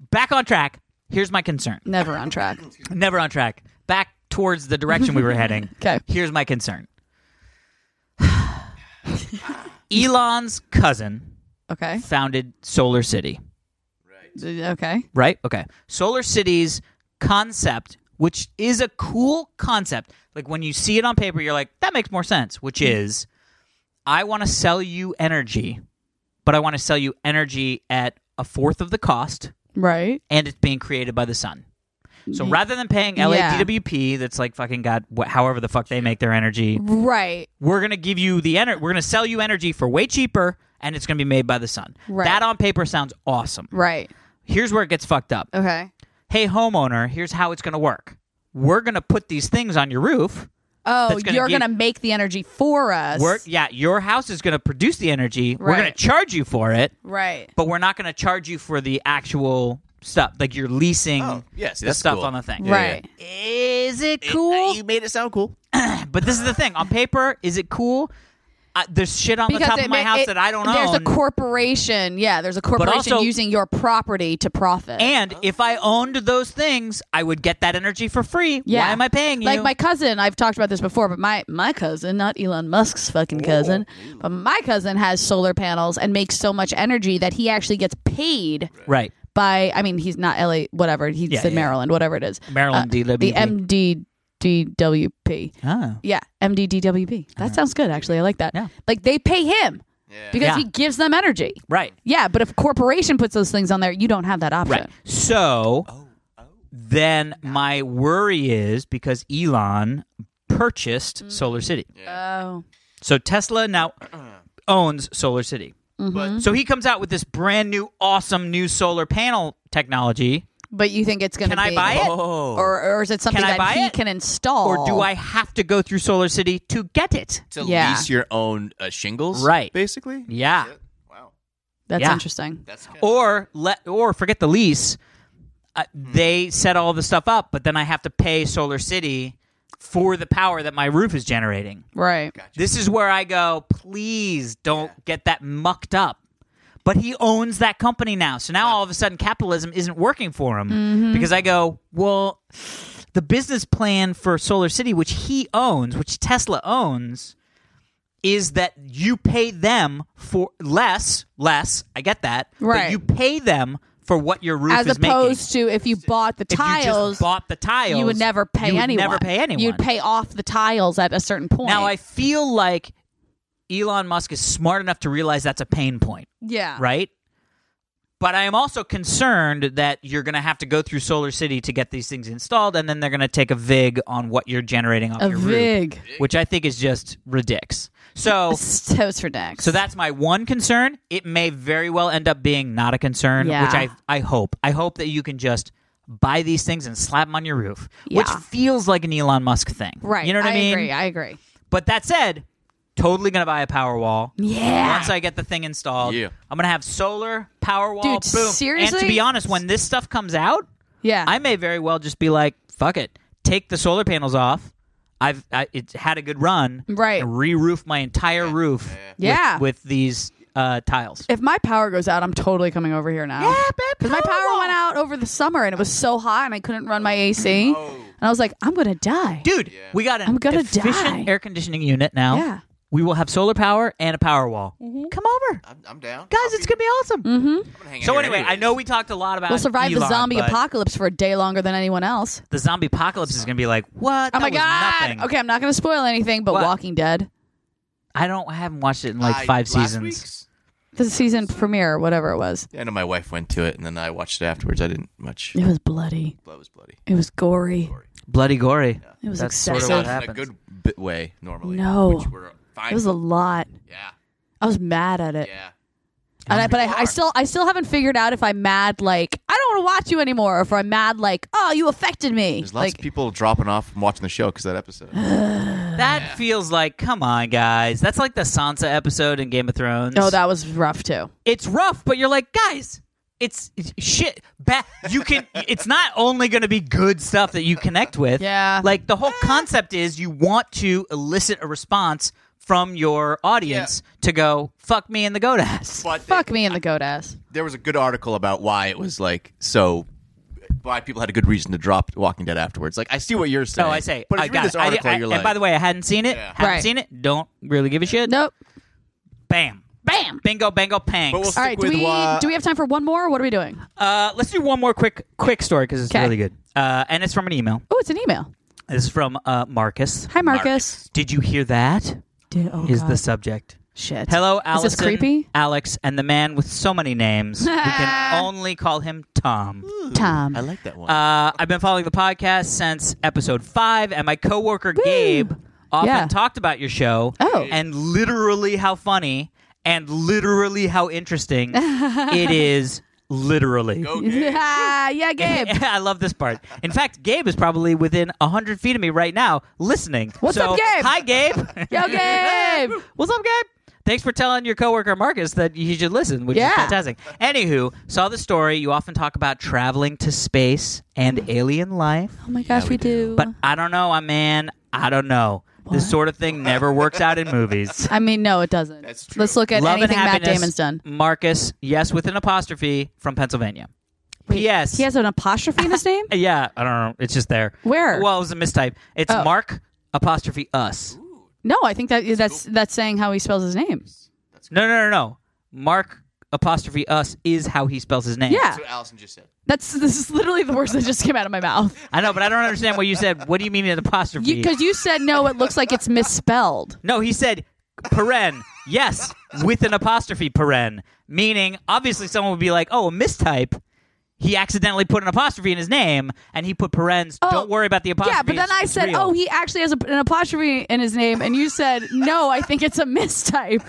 [SPEAKER 1] Back on track. Here's my concern.
[SPEAKER 2] Never on track.
[SPEAKER 1] Never on track. Back towards the direction we were heading.
[SPEAKER 2] 'Kay.
[SPEAKER 1] Here's my concern. Elon's cousin
[SPEAKER 2] Okay.
[SPEAKER 1] founded Solar City,
[SPEAKER 2] Okay.
[SPEAKER 1] right? Okay. Solar City's concept, which is a cool concept, like when you see it on paper, you're like, that makes more sense, which is I want to sell you energy, but I want to sell you energy at a fourth of the cost,
[SPEAKER 2] Right.
[SPEAKER 1] and it's being created by the sun. So rather than paying LADWP, that's like fucking God, wh- however the fuck they make their energy,
[SPEAKER 2] Right.
[SPEAKER 1] we're gonna give you the energy. We're gonna sell you energy for way cheaper, and it's gonna be made by the sun.
[SPEAKER 2] Right.
[SPEAKER 1] That on paper sounds awesome.
[SPEAKER 2] Right.
[SPEAKER 1] Here's where it gets fucked up.
[SPEAKER 2] Okay.
[SPEAKER 1] Hey, homeowner, here's how it's gonna work. We're gonna put these things on your roof.
[SPEAKER 2] Oh,
[SPEAKER 1] That's gonna
[SPEAKER 2] you're
[SPEAKER 1] give-
[SPEAKER 2] gonna make the energy for us.
[SPEAKER 1] We're, yeah, your house is gonna produce the energy. We're gonna
[SPEAKER 2] Right.
[SPEAKER 1] charge you for it,
[SPEAKER 2] Right.
[SPEAKER 1] but we're not gonna charge you for the actual stuff. Like you're leasing
[SPEAKER 4] Oh, yeah, see,
[SPEAKER 1] the
[SPEAKER 4] that's
[SPEAKER 1] stuff
[SPEAKER 4] cool.
[SPEAKER 1] on the thing.
[SPEAKER 2] Right.
[SPEAKER 1] Is it cool?
[SPEAKER 4] made it sound cool.
[SPEAKER 1] But this is the thing. On paper, is it cool? I, there's shit on the top
[SPEAKER 2] it
[SPEAKER 1] of my
[SPEAKER 2] ma-
[SPEAKER 1] house
[SPEAKER 2] it-
[SPEAKER 1] that I don't
[SPEAKER 2] there's
[SPEAKER 1] own.
[SPEAKER 2] a corporation. Yeah, there's a corporation
[SPEAKER 1] also-
[SPEAKER 2] using your property to profit.
[SPEAKER 1] and if I owned those things, I would get that energy for free.
[SPEAKER 2] yeah.
[SPEAKER 1] Why am I paying you?
[SPEAKER 2] Like my cousin, I've talked about this before, but my my cousin, not Elon Musk's fucking cousin, but my cousin has solar panels and makes so much energy that he actually gets paid
[SPEAKER 1] right.
[SPEAKER 2] by. I mean, he's not LA, whatever. He
[SPEAKER 1] Yeah,
[SPEAKER 2] said
[SPEAKER 1] yeah.
[SPEAKER 2] Maryland, whatever it is. Uh,
[SPEAKER 1] Maryland DWP.
[SPEAKER 2] The MDDWP.
[SPEAKER 1] Oh.
[SPEAKER 2] Yeah, MDDWP. That sounds good, actually. I like that.
[SPEAKER 1] Uh-huh. Yeah.
[SPEAKER 2] Like they pay him
[SPEAKER 4] Yeah.
[SPEAKER 2] because
[SPEAKER 1] Yeah.
[SPEAKER 2] he gives them energy.
[SPEAKER 1] Right.
[SPEAKER 2] Yeah, but if a corporation puts those things on there, you don't have that option.
[SPEAKER 1] Right. So then my worry is because Elon purchased Solar City.
[SPEAKER 2] Oh.
[SPEAKER 1] So Tesla now owns Solar City.
[SPEAKER 2] Mm-hmm.
[SPEAKER 4] But
[SPEAKER 1] So he comes out with this brand new, awesome new solar panel technology.
[SPEAKER 2] But you think it's going to
[SPEAKER 1] Can I
[SPEAKER 2] be
[SPEAKER 1] buy it?
[SPEAKER 4] oh,
[SPEAKER 2] or or is it something
[SPEAKER 1] Can I
[SPEAKER 2] that
[SPEAKER 1] buy
[SPEAKER 2] he
[SPEAKER 1] it?
[SPEAKER 2] can install?
[SPEAKER 1] Or do I have to go through Solar City to get it?
[SPEAKER 4] to
[SPEAKER 2] yeah.
[SPEAKER 4] lease your own uh, shingles,
[SPEAKER 1] Right.
[SPEAKER 4] Basically.
[SPEAKER 1] Yeah.
[SPEAKER 4] Wow.
[SPEAKER 2] That's
[SPEAKER 1] Yeah.
[SPEAKER 2] interesting.
[SPEAKER 4] That's kinda-
[SPEAKER 1] Or let or forget the lease. Uh, they set all the stuff up, but then I have to pay Solar City for the power that my roof is generating.
[SPEAKER 2] Right.
[SPEAKER 1] This is where I go, please don't get that mucked up. But he owns that company now. So now all of a sudden capitalism isn't working for him
[SPEAKER 2] Mm-hmm.
[SPEAKER 1] because I go, well, the business plan for Solar City, which he owns, which Tesla owns, is that you pay them for less, less, I get that. but
[SPEAKER 2] Right.
[SPEAKER 1] you pay them for what your roof
[SPEAKER 2] As
[SPEAKER 1] is making.
[SPEAKER 2] opposed to if you bought the
[SPEAKER 1] If you
[SPEAKER 2] tiles,
[SPEAKER 1] just bought the tiles,
[SPEAKER 2] you would never pay
[SPEAKER 1] you would
[SPEAKER 2] anyone.
[SPEAKER 1] Never pay anyone.
[SPEAKER 2] You'd pay off the tiles at a certain point.
[SPEAKER 1] Now I feel like Elon Musk is smart enough to realize that's a pain point,
[SPEAKER 2] yeah
[SPEAKER 1] right? But I am also concerned that you're going to have to go through Solar City to get these things installed, and then they're going to take a vig on what you're generating off
[SPEAKER 2] a
[SPEAKER 1] your
[SPEAKER 2] vig
[SPEAKER 1] roof, which I think is just ridiculous. So,
[SPEAKER 2] toast for decks.
[SPEAKER 1] so that's my one concern. It may very well end up being not a concern,
[SPEAKER 2] Yeah.
[SPEAKER 1] which I I hope. I hope that you can just buy these things and slap them on your roof, which
[SPEAKER 2] Yeah.
[SPEAKER 1] feels like an Elon Musk thing,
[SPEAKER 2] right.
[SPEAKER 1] You know what I, mean?
[SPEAKER 2] agree. I agree.
[SPEAKER 1] But that said, totally gonna buy a power wall.
[SPEAKER 2] Yeah.
[SPEAKER 1] Once I get the thing installed,
[SPEAKER 4] Yeah.
[SPEAKER 1] I'm gonna have solar power wall.
[SPEAKER 2] Dude,
[SPEAKER 1] boom. And
[SPEAKER 2] seriously?
[SPEAKER 1] to be honest, when this stuff comes out,
[SPEAKER 2] Yeah.
[SPEAKER 1] I may very well just be like, "Fuck it, take the solar panels off." I've I, it's had a good run.
[SPEAKER 2] Right.
[SPEAKER 1] And re-roof my entire roof. with-
[SPEAKER 2] Yeah.
[SPEAKER 1] With, these uh, tiles.
[SPEAKER 2] if my power goes out, I'm totally coming over here now. Because my power went out over the summer and it was so hot and I couldn't run my AC.
[SPEAKER 1] Oh.
[SPEAKER 2] And I was like, I'm going to die.
[SPEAKER 1] Dude, we got an
[SPEAKER 2] I'm gonna
[SPEAKER 1] efficient
[SPEAKER 2] die.
[SPEAKER 1] air conditioning unit now.
[SPEAKER 2] Yeah. Mm-hmm.
[SPEAKER 1] We will have solar power and a power wall. Come over.
[SPEAKER 4] I'm, I'm down.
[SPEAKER 1] Guys, it's going to be awesome.
[SPEAKER 4] I'm gonna hang out
[SPEAKER 1] So
[SPEAKER 4] here
[SPEAKER 1] anyway, I
[SPEAKER 4] anyways.
[SPEAKER 1] know we talked a lot about
[SPEAKER 2] We'll survive the
[SPEAKER 1] Elon,
[SPEAKER 2] zombie
[SPEAKER 1] but
[SPEAKER 2] apocalypse for a day longer than anyone else.
[SPEAKER 1] The zombie apocalypse is going to be like, what?
[SPEAKER 2] Oh
[SPEAKER 1] That
[SPEAKER 2] my
[SPEAKER 1] was
[SPEAKER 2] god!
[SPEAKER 1] nothing.
[SPEAKER 2] Okay, I'm not going to spoil anything, but
[SPEAKER 1] What?
[SPEAKER 2] Walking Dead.
[SPEAKER 1] I don't. I haven't watched it in like
[SPEAKER 4] I-
[SPEAKER 1] five
[SPEAKER 4] last
[SPEAKER 1] seasons.
[SPEAKER 4] week's-
[SPEAKER 2] The season premiere, or whatever it was,
[SPEAKER 4] Yeah, I know my wife went to it, and then I watched it afterwards. I didn't much.
[SPEAKER 2] it was bloody.
[SPEAKER 4] Blood was bloody.
[SPEAKER 2] It was gory.
[SPEAKER 1] Bloody gory.
[SPEAKER 2] It was
[SPEAKER 1] That's sort
[SPEAKER 2] excessive.
[SPEAKER 1] of what
[SPEAKER 4] Not in a
[SPEAKER 1] happens.
[SPEAKER 4] good bit way normally.
[SPEAKER 2] No.
[SPEAKER 4] which we're fine.
[SPEAKER 2] it was a lot.
[SPEAKER 4] yeah,
[SPEAKER 2] I was mad at it,
[SPEAKER 4] yeah.
[SPEAKER 2] and I, but I, I still, I still haven't figured out if I'm mad like I don't want to watch you anymore, or if I'm mad like oh you affected me.
[SPEAKER 4] There's lots
[SPEAKER 2] like
[SPEAKER 4] of people dropping off from watching the show because that episode.
[SPEAKER 1] That feels like, come on, guys. That's like the Sansa episode in Game of Thrones.
[SPEAKER 2] no, that was rough too.
[SPEAKER 1] it's rough, but you're like, guys. It's, it's shit. Ba- you can. it's not only going to be good stuff that you connect with.
[SPEAKER 2] Yeah.
[SPEAKER 1] Like the whole concept is you want to elicit a response from your audience to go fuck me in the goat ass.
[SPEAKER 4] but
[SPEAKER 2] Fuck me in the goat ass.
[SPEAKER 4] there was a good article about why it was like so. Why people had a good reason to drop Walking Dead afterwards. Like I see what you're saying.
[SPEAKER 1] Oh, I say.
[SPEAKER 4] But if
[SPEAKER 1] I
[SPEAKER 4] you
[SPEAKER 1] got
[SPEAKER 4] read this
[SPEAKER 1] it. I did-
[SPEAKER 4] article,
[SPEAKER 1] I-
[SPEAKER 4] you're
[SPEAKER 1] and
[SPEAKER 4] like,
[SPEAKER 1] by the way, I hadn't seen it.
[SPEAKER 4] Yeah.
[SPEAKER 1] Haven't
[SPEAKER 2] Right.
[SPEAKER 1] seen it. Don't really give a shit.
[SPEAKER 2] Nope.
[SPEAKER 1] Bam.
[SPEAKER 2] Bam.
[SPEAKER 1] Bingo, bango, pangs.
[SPEAKER 4] But we'll
[SPEAKER 2] All
[SPEAKER 4] Stick
[SPEAKER 2] right. Do
[SPEAKER 4] with
[SPEAKER 2] we
[SPEAKER 4] wha-
[SPEAKER 2] do we have time for one more? Or what are we doing?
[SPEAKER 1] uh, let's do one more quick quick story because it's
[SPEAKER 2] 'Kay.
[SPEAKER 1] really good. Uh, and it's from an email.
[SPEAKER 2] Oh, it's an email.
[SPEAKER 1] This is from uh, Marcus.
[SPEAKER 2] Hi, Marcus.
[SPEAKER 1] Did you hear that?
[SPEAKER 2] Dude, oh,
[SPEAKER 1] Is
[SPEAKER 2] God.
[SPEAKER 1] the subject.
[SPEAKER 2] shit?
[SPEAKER 1] Hello,
[SPEAKER 2] Is
[SPEAKER 1] Allison,
[SPEAKER 2] this creepy?
[SPEAKER 1] Alex, and the man with so many names. we can only call him Tom.
[SPEAKER 2] Tom.
[SPEAKER 4] I like that one.
[SPEAKER 1] Uh, I've been following the podcast since episode five, and my coworker Gabe often
[SPEAKER 2] Yeah.
[SPEAKER 1] talked about your show
[SPEAKER 2] Oh.
[SPEAKER 1] and literally how funny and literally how interesting it is. Literally.
[SPEAKER 2] Ah, yeah, Gabe.
[SPEAKER 1] I love this part. In fact, Gabe is probably within 100 feet of me right now listening.
[SPEAKER 2] What's
[SPEAKER 1] So,
[SPEAKER 2] up, Gabe?
[SPEAKER 1] Hi, Gabe.
[SPEAKER 2] Yo, Gabe.
[SPEAKER 1] What's up, Gabe? Thanks for telling your coworker Marcus that you should listen, which
[SPEAKER 2] Yeah.
[SPEAKER 1] is fantastic. Anywho, saw the story. You often talk about traveling to space and alien life.
[SPEAKER 2] Oh my gosh, we, do.
[SPEAKER 1] But I don't know, uh, man. I don't know. This sort of thing never works out in movies.
[SPEAKER 2] I mean, no, it doesn't.
[SPEAKER 4] That's true.
[SPEAKER 2] Let's look at
[SPEAKER 1] Love and
[SPEAKER 2] anything Matt
[SPEAKER 1] happiness.
[SPEAKER 2] Damon's done.
[SPEAKER 1] Marcus, yes, with an apostrophe from Pennsylvania.
[SPEAKER 2] Wait,
[SPEAKER 1] P.S.
[SPEAKER 2] He has an apostrophe in his name?
[SPEAKER 1] Yeah, I don't know. It's just there.
[SPEAKER 2] Where?
[SPEAKER 1] Well, it was a mistype. It's
[SPEAKER 2] Oh.
[SPEAKER 1] Mark apostrophe us.
[SPEAKER 2] No, I think that that's that's saying how he spells his name.
[SPEAKER 1] No, no, no, no. Mark apostrophe us is how he spells his name.
[SPEAKER 2] Yeah.
[SPEAKER 4] That's what Allison just said.
[SPEAKER 2] That's this is literally the words that just came out of my mouth.
[SPEAKER 1] I know, but I don't understand what you said. What do you mean an apostrophe?
[SPEAKER 2] Because you, said no, it looks like it's misspelled.
[SPEAKER 1] no, he said paren. Yes, with an apostrophe paren, meaning obviously someone would be like, "Oh, a mistype." He accidentally put an apostrophe in his name, and he put parens.
[SPEAKER 2] Oh,
[SPEAKER 1] don't worry about the apostrophe.
[SPEAKER 2] yeah, but then
[SPEAKER 1] it's-
[SPEAKER 2] I
[SPEAKER 1] it's
[SPEAKER 2] said,
[SPEAKER 1] real."
[SPEAKER 2] "Oh, he actually has a, an apostrophe in his name," and you said, "No, I think it's a mistype."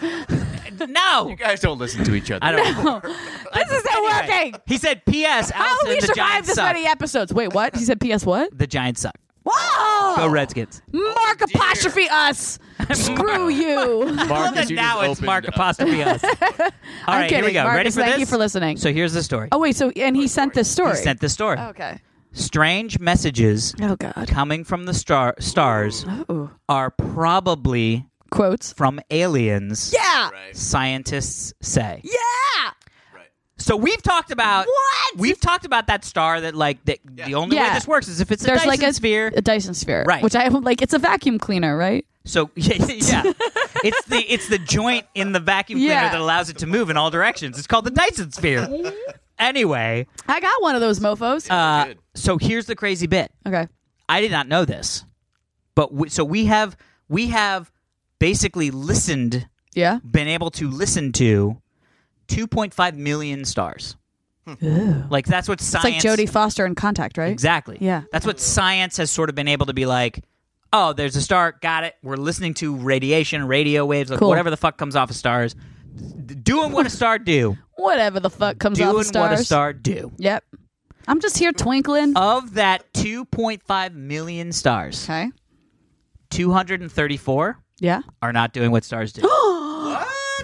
[SPEAKER 1] no."
[SPEAKER 4] You guys don't listen to each other.
[SPEAKER 1] I don't. know.
[SPEAKER 2] This isn't working.
[SPEAKER 1] He said, "P.S.
[SPEAKER 2] How
[SPEAKER 1] Allison,
[SPEAKER 2] we
[SPEAKER 1] the
[SPEAKER 2] survived
[SPEAKER 1] Giants
[SPEAKER 2] this
[SPEAKER 1] suck.
[SPEAKER 2] many episodes? Wait, what? He said, "P.S. What?"
[SPEAKER 1] The Giants suck.
[SPEAKER 2] Whoa!
[SPEAKER 1] Go Redskins."
[SPEAKER 2] Mark
[SPEAKER 4] dear.
[SPEAKER 2] apostrophe us. Screw you.
[SPEAKER 1] Well,
[SPEAKER 4] Marcus,
[SPEAKER 1] then
[SPEAKER 4] you
[SPEAKER 1] now it's
[SPEAKER 4] just opened
[SPEAKER 1] Mark
[SPEAKER 4] up.
[SPEAKER 1] apostrophe us. All
[SPEAKER 2] I'm
[SPEAKER 1] right, here we
[SPEAKER 2] kidding.
[SPEAKER 1] go.
[SPEAKER 2] Marcus,
[SPEAKER 1] Ready for
[SPEAKER 2] thank
[SPEAKER 1] this?
[SPEAKER 2] you for listening.
[SPEAKER 1] So here's the story.
[SPEAKER 2] Oh wait, so and he sent this story.
[SPEAKER 1] He sent the story.
[SPEAKER 2] okay.
[SPEAKER 1] Strange messages
[SPEAKER 2] Oh god.
[SPEAKER 1] coming from the star- stars
[SPEAKER 2] Ooh.
[SPEAKER 1] are probably
[SPEAKER 2] Quotes.
[SPEAKER 1] from aliens.
[SPEAKER 2] Yeah.
[SPEAKER 4] Right.
[SPEAKER 1] Scientists say.
[SPEAKER 2] Yeah.
[SPEAKER 4] Right.
[SPEAKER 1] So we've talked about
[SPEAKER 2] What?
[SPEAKER 1] We've talked about that star that like that
[SPEAKER 4] Yeah.
[SPEAKER 1] the only way
[SPEAKER 2] Yeah.
[SPEAKER 1] this works is if it's a
[SPEAKER 2] There's
[SPEAKER 1] Dyson
[SPEAKER 2] like a
[SPEAKER 1] sphere.
[SPEAKER 2] A Dyson sphere.
[SPEAKER 1] Right.
[SPEAKER 2] Which I like. It's a vacuum cleaner, right?
[SPEAKER 1] So yeah, yeah. it's the it's the joint in the vacuum cleaner
[SPEAKER 2] Yeah.
[SPEAKER 1] that allows it to move in all directions. It's called the Dyson sphere. anyway,
[SPEAKER 2] I got one of those mofo's.
[SPEAKER 1] uh,
[SPEAKER 4] Good.
[SPEAKER 1] so here's the crazy bit.
[SPEAKER 2] okay.
[SPEAKER 1] I did not know this, but we, so we have we have basically listened,
[SPEAKER 2] Yeah.
[SPEAKER 1] been able to listen to 2.5 million stars. Like that's what
[SPEAKER 2] It's
[SPEAKER 1] science.
[SPEAKER 2] like Jodie Foster in Contact, right?
[SPEAKER 1] Exactly.
[SPEAKER 2] Yeah.
[SPEAKER 1] That's what science has sort of been able to be like. Oh, there's a star. Got it. We're listening to radiation, radio waves, like
[SPEAKER 2] Cool.
[SPEAKER 1] whatever the fuck comes off of stars. D- Doing what a star do.
[SPEAKER 2] Whatever the fuck comes off
[SPEAKER 1] Doing
[SPEAKER 2] the stars.
[SPEAKER 1] what a star Uh, do.
[SPEAKER 2] Yep. I'm just here twinkling.
[SPEAKER 1] Of that 2.5 million stars,
[SPEAKER 2] okay.
[SPEAKER 1] 234
[SPEAKER 2] Yeah.
[SPEAKER 1] are not doing what stars do.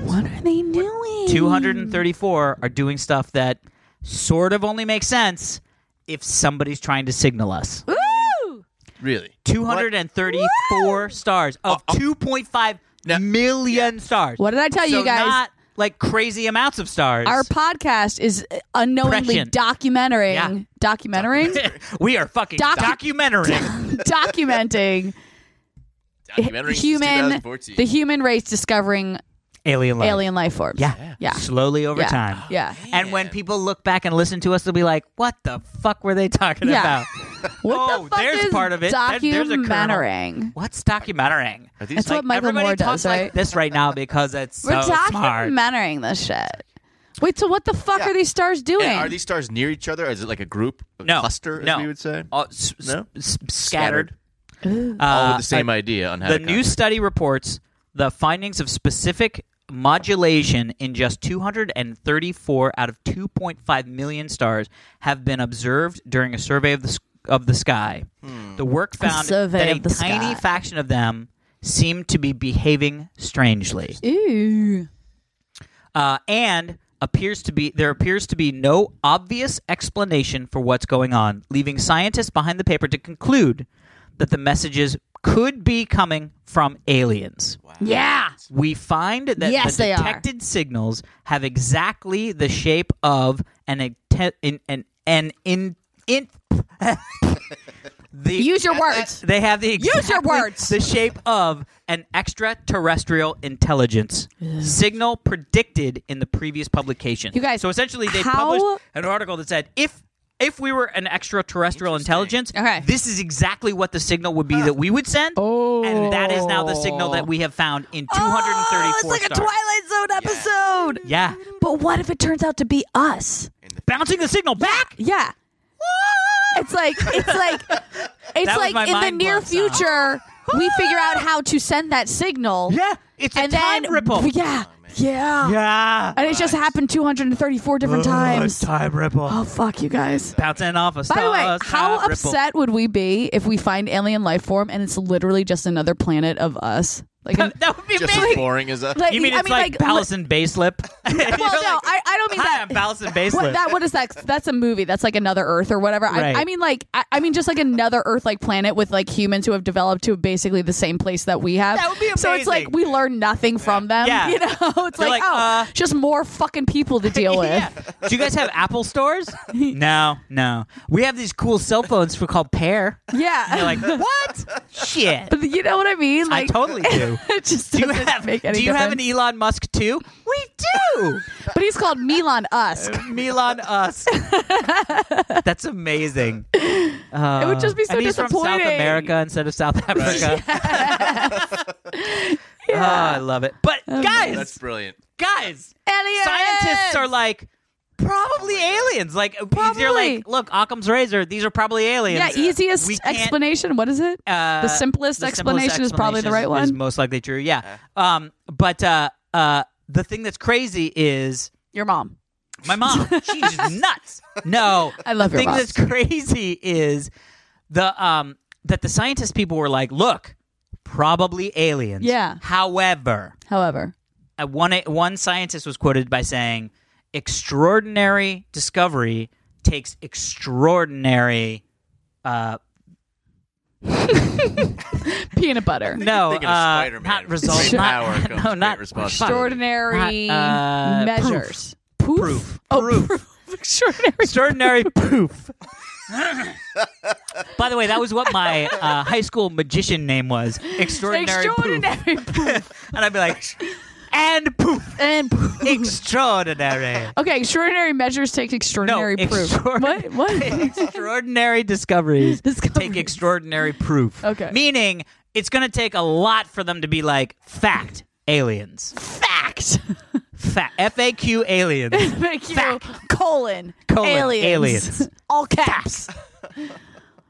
[SPEAKER 2] What are they doing?
[SPEAKER 1] 234 are doing stuff that sort of only makes sense if somebody's trying to signal us.
[SPEAKER 2] Woo!
[SPEAKER 4] Really?
[SPEAKER 1] 234 stars
[SPEAKER 2] Uh,
[SPEAKER 1] of 2.5
[SPEAKER 4] No.
[SPEAKER 1] million stars.
[SPEAKER 2] What did I tell
[SPEAKER 1] So
[SPEAKER 2] you guys?
[SPEAKER 1] Not like crazy amounts of stars.
[SPEAKER 2] Our podcast is unknowingly
[SPEAKER 1] Prescient.
[SPEAKER 2] documenting,
[SPEAKER 1] Yeah.
[SPEAKER 2] documenting,
[SPEAKER 1] we are fucking
[SPEAKER 2] Docu-
[SPEAKER 1] documentary.
[SPEAKER 2] documenting
[SPEAKER 4] Documentary since
[SPEAKER 2] human,
[SPEAKER 4] 2014.
[SPEAKER 2] the human race discovering
[SPEAKER 1] Alien life.
[SPEAKER 2] alien life forms.
[SPEAKER 1] Yeah.
[SPEAKER 2] Yeah.
[SPEAKER 1] Slowly over
[SPEAKER 2] yeah.
[SPEAKER 1] time.
[SPEAKER 2] Yeah.
[SPEAKER 1] And when people look back and listen to us, they'll be like, "What the fuck were they talking
[SPEAKER 2] Yeah.
[SPEAKER 1] about?"
[SPEAKER 2] What
[SPEAKER 1] oh,
[SPEAKER 2] the fuck
[SPEAKER 1] there's
[SPEAKER 2] is
[SPEAKER 1] part of it. There- there's a kernel.
[SPEAKER 2] documenting?
[SPEAKER 1] What's documentering?
[SPEAKER 4] Are these
[SPEAKER 2] That's what Michael
[SPEAKER 1] everybody
[SPEAKER 2] Moore
[SPEAKER 1] talks
[SPEAKER 2] does, right?
[SPEAKER 1] like this right now because it's
[SPEAKER 2] We're
[SPEAKER 1] so smart.
[SPEAKER 2] documenting this shit. Wait, so what the fuck
[SPEAKER 4] Yeah.
[SPEAKER 2] are these stars doing?
[SPEAKER 4] And are these stars near each other? Or is it like a group, a
[SPEAKER 1] No,
[SPEAKER 4] cluster, as
[SPEAKER 1] no.
[SPEAKER 4] we would say?
[SPEAKER 1] All, Uh, s- s-
[SPEAKER 4] No?
[SPEAKER 1] s- scattered.
[SPEAKER 4] All
[SPEAKER 1] Uh,
[SPEAKER 4] with the same idea on how
[SPEAKER 1] The
[SPEAKER 4] to
[SPEAKER 1] new study reports the findings of specific modulation in just 234 out of 2.5 million stars have been observed during a survey of the s- of the sky.
[SPEAKER 4] Hmm.
[SPEAKER 1] The work found
[SPEAKER 2] survey
[SPEAKER 1] that a
[SPEAKER 2] of the
[SPEAKER 1] tiny
[SPEAKER 2] sky.
[SPEAKER 1] faction of them seemed to be behaving strangely,
[SPEAKER 2] Ooh.
[SPEAKER 1] uh, and appears to be there appears to be no obvious explanation for what's going on, leaving scientists behind the paper to conclude that the messages could be coming from aliens
[SPEAKER 2] Yeah.
[SPEAKER 1] we find that
[SPEAKER 2] Yes,
[SPEAKER 1] the
[SPEAKER 2] they are.
[SPEAKER 1] detected signals have exactly the shape of an inte- in, an an in, in the
[SPEAKER 2] Use your words.
[SPEAKER 1] they have the exactly
[SPEAKER 2] your words.
[SPEAKER 1] the shape of an extraterrestrial intelligence signal predicted in the previous publication.
[SPEAKER 2] You guys,
[SPEAKER 1] so essentially they
[SPEAKER 2] how-
[SPEAKER 1] published an article that said if if we were an extraterrestrial intelligence,
[SPEAKER 2] Okay.
[SPEAKER 1] this is exactly what the signal would be that we would send, and that is now the signal that we have found in 234
[SPEAKER 2] Oh, it's like
[SPEAKER 1] stars.
[SPEAKER 2] a Twilight Zone episode.
[SPEAKER 1] Yeah,
[SPEAKER 2] But what if it turns out to be us?
[SPEAKER 1] bouncing the signal back.
[SPEAKER 2] Yeah. It's like it's like
[SPEAKER 1] was
[SPEAKER 2] it's
[SPEAKER 1] my
[SPEAKER 2] like in the
[SPEAKER 1] mind
[SPEAKER 2] near
[SPEAKER 1] blown sound.
[SPEAKER 2] future we figure out how to send that signal.
[SPEAKER 1] Yeah, it's a
[SPEAKER 2] And
[SPEAKER 1] time
[SPEAKER 2] then
[SPEAKER 1] ripple. Oh,
[SPEAKER 2] Yeah. yeah.
[SPEAKER 1] Yeah, Oh,
[SPEAKER 2] And it just happened 234 different times.
[SPEAKER 1] time ripple.
[SPEAKER 2] Oh fuck you guys.
[SPEAKER 1] Bouncing off a star.
[SPEAKER 2] By the way, how
[SPEAKER 1] ripple.
[SPEAKER 2] upset would we be if we find alien life form and it's literally just another planet of us? Like, an-
[SPEAKER 1] that would be
[SPEAKER 4] Just as
[SPEAKER 1] amazing.
[SPEAKER 4] boring as a.
[SPEAKER 2] like
[SPEAKER 1] you mean
[SPEAKER 2] I
[SPEAKER 1] it's
[SPEAKER 2] mean,
[SPEAKER 1] like,
[SPEAKER 2] like,
[SPEAKER 1] Ballison Bayslip? well,
[SPEAKER 2] li- well, no, I, I don't mean
[SPEAKER 1] Hi,
[SPEAKER 2] that.
[SPEAKER 1] I'm Ballison Bayslip.
[SPEAKER 2] What, that what is that? That's a movie. That's like another Earth or whatever.
[SPEAKER 1] Right.
[SPEAKER 2] I, I mean, like I, I mean, just like another Earth-like planet with like humans who have developed to basically the same place that we have.
[SPEAKER 1] That would be
[SPEAKER 2] So it's
[SPEAKER 1] amazing.
[SPEAKER 2] like we learn nothing from them.
[SPEAKER 1] Yeah.
[SPEAKER 2] You know, it's
[SPEAKER 1] They're like,
[SPEAKER 2] like, oh,
[SPEAKER 1] uh,
[SPEAKER 2] just more fucking people to deal with.
[SPEAKER 1] Yeah. Do you guys have Apple stores? no, no. We have these cool cell phones for called Pair.
[SPEAKER 2] Yeah.
[SPEAKER 1] You're like, what? Shit.
[SPEAKER 2] but you know what I mean?
[SPEAKER 1] I
[SPEAKER 2] Like
[SPEAKER 1] totally do.
[SPEAKER 2] it just
[SPEAKER 1] Do you
[SPEAKER 2] doesn't
[SPEAKER 1] have,
[SPEAKER 2] make any
[SPEAKER 1] do you have an
[SPEAKER 2] difference.
[SPEAKER 1] Elon Musk too? We do.
[SPEAKER 2] But he's called Milan
[SPEAKER 1] Uh,
[SPEAKER 2] Usk.
[SPEAKER 1] Milan us. That's amazing.
[SPEAKER 2] it would just be so
[SPEAKER 1] and he's
[SPEAKER 2] disappointing.
[SPEAKER 1] from South America instead of South Africa. Oh, I love it. But guys,
[SPEAKER 4] That's brilliant.
[SPEAKER 1] guys,
[SPEAKER 2] Aliens!
[SPEAKER 1] scientists are like probably aliens. Like you're like,
[SPEAKER 2] Probably.
[SPEAKER 1] look, Occam's razor. These are probably aliens.
[SPEAKER 2] Yeah, easiest
[SPEAKER 1] We can't-
[SPEAKER 2] explanation. What is it?
[SPEAKER 1] Uh,
[SPEAKER 2] the simplest
[SPEAKER 1] the
[SPEAKER 2] explanation is probably the right
[SPEAKER 1] explanation is- Is
[SPEAKER 2] one.
[SPEAKER 1] most likely true. Yeah. Um. But uh. Uh. The thing that's crazy is
[SPEAKER 2] Your mom.
[SPEAKER 1] my mom. She's nuts. No.
[SPEAKER 2] I love
[SPEAKER 1] the
[SPEAKER 2] your
[SPEAKER 1] thing
[SPEAKER 2] mom.
[SPEAKER 1] that's crazy is the um that the scientist people were like, look, probably aliens.
[SPEAKER 2] Yeah.
[SPEAKER 1] However,
[SPEAKER 2] However,
[SPEAKER 1] uh, one one scientist was quoted by saying, "Extraordinary discovery takes extraordinary." Uh,
[SPEAKER 2] peanut butter.
[SPEAKER 1] no,
[SPEAKER 4] Thinking of
[SPEAKER 1] uh,
[SPEAKER 4] Spider-Man.
[SPEAKER 1] not
[SPEAKER 4] With
[SPEAKER 1] result,
[SPEAKER 4] great power
[SPEAKER 1] not,
[SPEAKER 4] comes
[SPEAKER 1] no,
[SPEAKER 4] great
[SPEAKER 1] not
[SPEAKER 4] responsibility.
[SPEAKER 2] Extraordinary
[SPEAKER 1] Not, uh,
[SPEAKER 2] measures. Poof.
[SPEAKER 1] proof.
[SPEAKER 2] Oh,
[SPEAKER 1] Proof.
[SPEAKER 2] proof. Extraordinary.
[SPEAKER 1] extraordinary poof. By the way, that was what my uh, high school magician name was. Extraordinary,
[SPEAKER 2] Extraordinary poof.
[SPEAKER 1] poof. And I'd be like, and poof.
[SPEAKER 2] and poof.
[SPEAKER 1] Extraordinary.
[SPEAKER 2] okay, extraordinary measures take extraordinary
[SPEAKER 1] no,
[SPEAKER 2] proof.
[SPEAKER 1] extraordinary.
[SPEAKER 2] What? What?
[SPEAKER 1] extraordinary discoveries, take
[SPEAKER 2] Discoveries.
[SPEAKER 1] extraordinary proof.
[SPEAKER 2] Okay.
[SPEAKER 1] Meaning, it's going to take a lot for them to be like, fact, aliens.
[SPEAKER 2] Fact.
[SPEAKER 1] Fact. FAQ aliens.
[SPEAKER 2] Thank you. Colon.
[SPEAKER 1] Colon,
[SPEAKER 2] Aliens.
[SPEAKER 1] aliens.
[SPEAKER 2] All caps.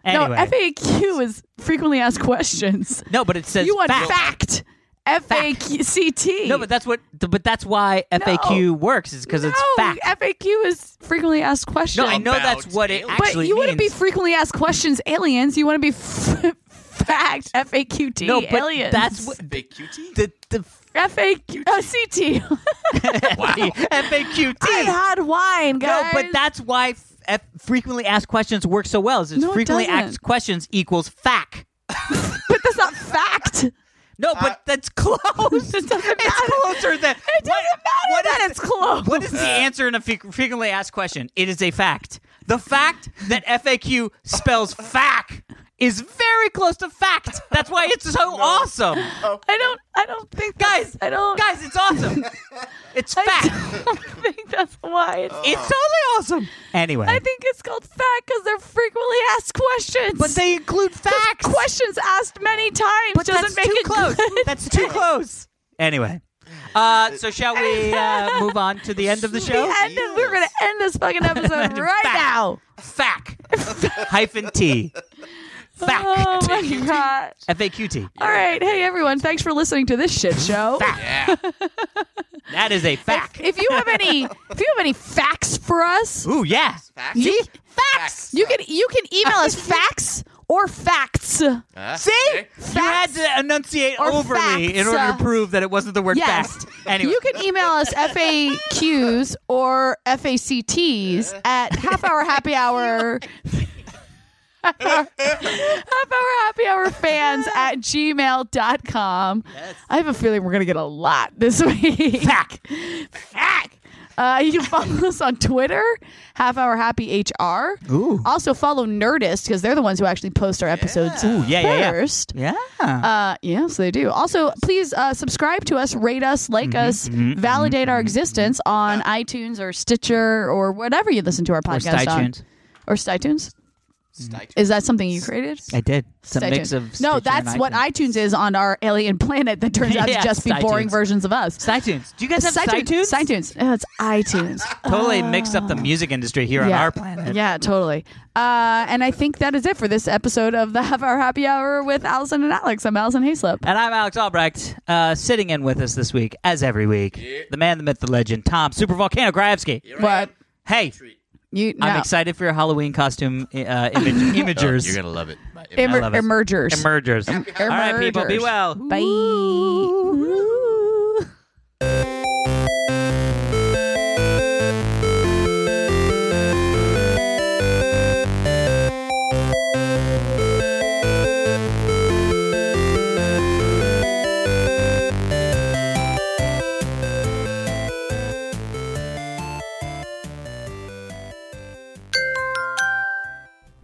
[SPEAKER 1] Anyway.
[SPEAKER 2] No, FAQ is frequently asked questions.
[SPEAKER 1] No, but it says
[SPEAKER 2] you want
[SPEAKER 1] fact.
[SPEAKER 2] fact. F-A-C-T.
[SPEAKER 1] No, but that's what. But that's why FAQ works is because it's fact.
[SPEAKER 2] FAQ is frequently asked questions.
[SPEAKER 1] No, I know that's
[SPEAKER 4] About
[SPEAKER 1] what it
[SPEAKER 4] aliens.
[SPEAKER 1] actually
[SPEAKER 2] But you wouldn't be
[SPEAKER 1] means.
[SPEAKER 2] frequently asked questions, aliens. You want to be f- fact, FAQT,
[SPEAKER 1] no, but
[SPEAKER 2] aliens.
[SPEAKER 1] that's what
[SPEAKER 4] Big cutie.
[SPEAKER 1] the the
[SPEAKER 2] FAQT.
[SPEAKER 4] Wow.
[SPEAKER 1] FAQT.
[SPEAKER 2] I had wine,
[SPEAKER 1] No,
[SPEAKER 2] guys.
[SPEAKER 1] but that's why f- f- frequently asked questions work so well. Is it's
[SPEAKER 2] No, it
[SPEAKER 1] frequently
[SPEAKER 2] doesn't.
[SPEAKER 1] asked questions equals fact.
[SPEAKER 2] But that's not fact.
[SPEAKER 1] No, but that's close. it's closer than. It doesn't matter
[SPEAKER 2] What that it's close.
[SPEAKER 1] What is the answer in a fre- frequently asked question? It is a fact. The fact that FAQ spells fact is very close to fact. That's why it's so awesome.
[SPEAKER 2] I don't. I don't think,
[SPEAKER 1] Guys,
[SPEAKER 2] I don't.
[SPEAKER 1] Guys, it's awesome. It's fact. Oh.
[SPEAKER 2] I don't think that's why. It's,
[SPEAKER 1] It's totally awesome. Anyway.
[SPEAKER 2] I think it's called fact because they're frequently asked questions.
[SPEAKER 1] but they include facts.
[SPEAKER 2] questions asked many times
[SPEAKER 1] But
[SPEAKER 2] doesn't
[SPEAKER 1] that's
[SPEAKER 2] make
[SPEAKER 1] too
[SPEAKER 2] it
[SPEAKER 1] close.
[SPEAKER 2] good.
[SPEAKER 1] That's too close. Anyway. Uh, so shall we uh, move on to the end of the show?
[SPEAKER 2] The end of- we're gonna end this fucking episode right
[SPEAKER 1] Fact.
[SPEAKER 2] now.
[SPEAKER 1] Fact. Hyphen T.
[SPEAKER 2] Oh
[SPEAKER 1] Fact.
[SPEAKER 2] my god.
[SPEAKER 1] F-A-Q-T.
[SPEAKER 2] All right. Hey, everyone. Thanks for listening to this shit show.
[SPEAKER 4] Yeah.
[SPEAKER 1] That is a fact.
[SPEAKER 2] If you have any, if you have any facts for us,
[SPEAKER 1] Ooh, yeah.
[SPEAKER 4] Facts.
[SPEAKER 1] See?
[SPEAKER 4] Facts.
[SPEAKER 2] you can you can email us facts or facts.
[SPEAKER 4] Uh,
[SPEAKER 1] See?
[SPEAKER 4] okay.
[SPEAKER 1] You had to enunciate
[SPEAKER 2] Or
[SPEAKER 1] overly in
[SPEAKER 2] facts,
[SPEAKER 1] order to
[SPEAKER 2] uh,
[SPEAKER 1] prove that it wasn't the word
[SPEAKER 2] Yes.
[SPEAKER 1] fact. Anyway.
[SPEAKER 2] You can email us FAQs or
[SPEAKER 1] Uh-huh.
[SPEAKER 2] FACTs at half hour happy hour. half hour happy hour fans at gmail.com. I have a feeling we're going to get a lot this week. Fact. Fact. Uh, you can follow us on Twitter, half hour happy HR.
[SPEAKER 1] Ooh.
[SPEAKER 2] Also follow Nerdist because they're the ones who actually post our episodes
[SPEAKER 1] Ooh, yeah, yeah, yeah.
[SPEAKER 2] first.
[SPEAKER 1] Yeah.
[SPEAKER 2] Uh, yes, they do. Also, please uh, subscribe to us, rate us, like
[SPEAKER 1] Mm-hmm,
[SPEAKER 2] us, validate our existence on iTunes or Stitcher or whatever you listen to our
[SPEAKER 1] or
[SPEAKER 2] podcast on.
[SPEAKER 1] StyTunes.
[SPEAKER 2] Or iTunes.
[SPEAKER 4] Stipend.
[SPEAKER 2] Is that something you created?
[SPEAKER 1] I did. It's a mix
[SPEAKER 2] StyTunes.
[SPEAKER 1] of
[SPEAKER 2] no,
[SPEAKER 1] Stitcher
[SPEAKER 2] that's
[SPEAKER 1] and
[SPEAKER 2] what
[SPEAKER 1] iTunes.
[SPEAKER 2] iTunes is on our alien planet that turns out
[SPEAKER 1] Yeah,
[SPEAKER 2] to just be boring
[SPEAKER 1] StyTunes.
[SPEAKER 2] versions of us.
[SPEAKER 1] StyTunes. Do you guys have StyTunes?
[SPEAKER 2] StyTunes. StyTunes. Oh, it's iTunes.
[SPEAKER 1] Totally mixed up the music industry here on
[SPEAKER 2] Ah. Yeah.
[SPEAKER 1] our planet.
[SPEAKER 2] Yeah, totally. Uh, and I think that is it for this episode of the Half Hour Happy Hour with Allison and Alex. I'm Allison Hayslip.
[SPEAKER 1] And I'm Alex Albrecht, uh, sitting in with us this week, as every week, the man, the myth, the legend, Tom Super Volcano Graevsky.
[SPEAKER 2] What?
[SPEAKER 1] Hey,
[SPEAKER 2] You no.
[SPEAKER 1] I'm excited for your Halloween costume uh, image,
[SPEAKER 4] Oh,
[SPEAKER 1] imagers.
[SPEAKER 4] you're gonna love it. My-
[SPEAKER 2] Emer-
[SPEAKER 1] love it.
[SPEAKER 2] emergers.
[SPEAKER 1] Emergers. All right, people, be
[SPEAKER 2] Emergers.
[SPEAKER 1] well.
[SPEAKER 2] Bye.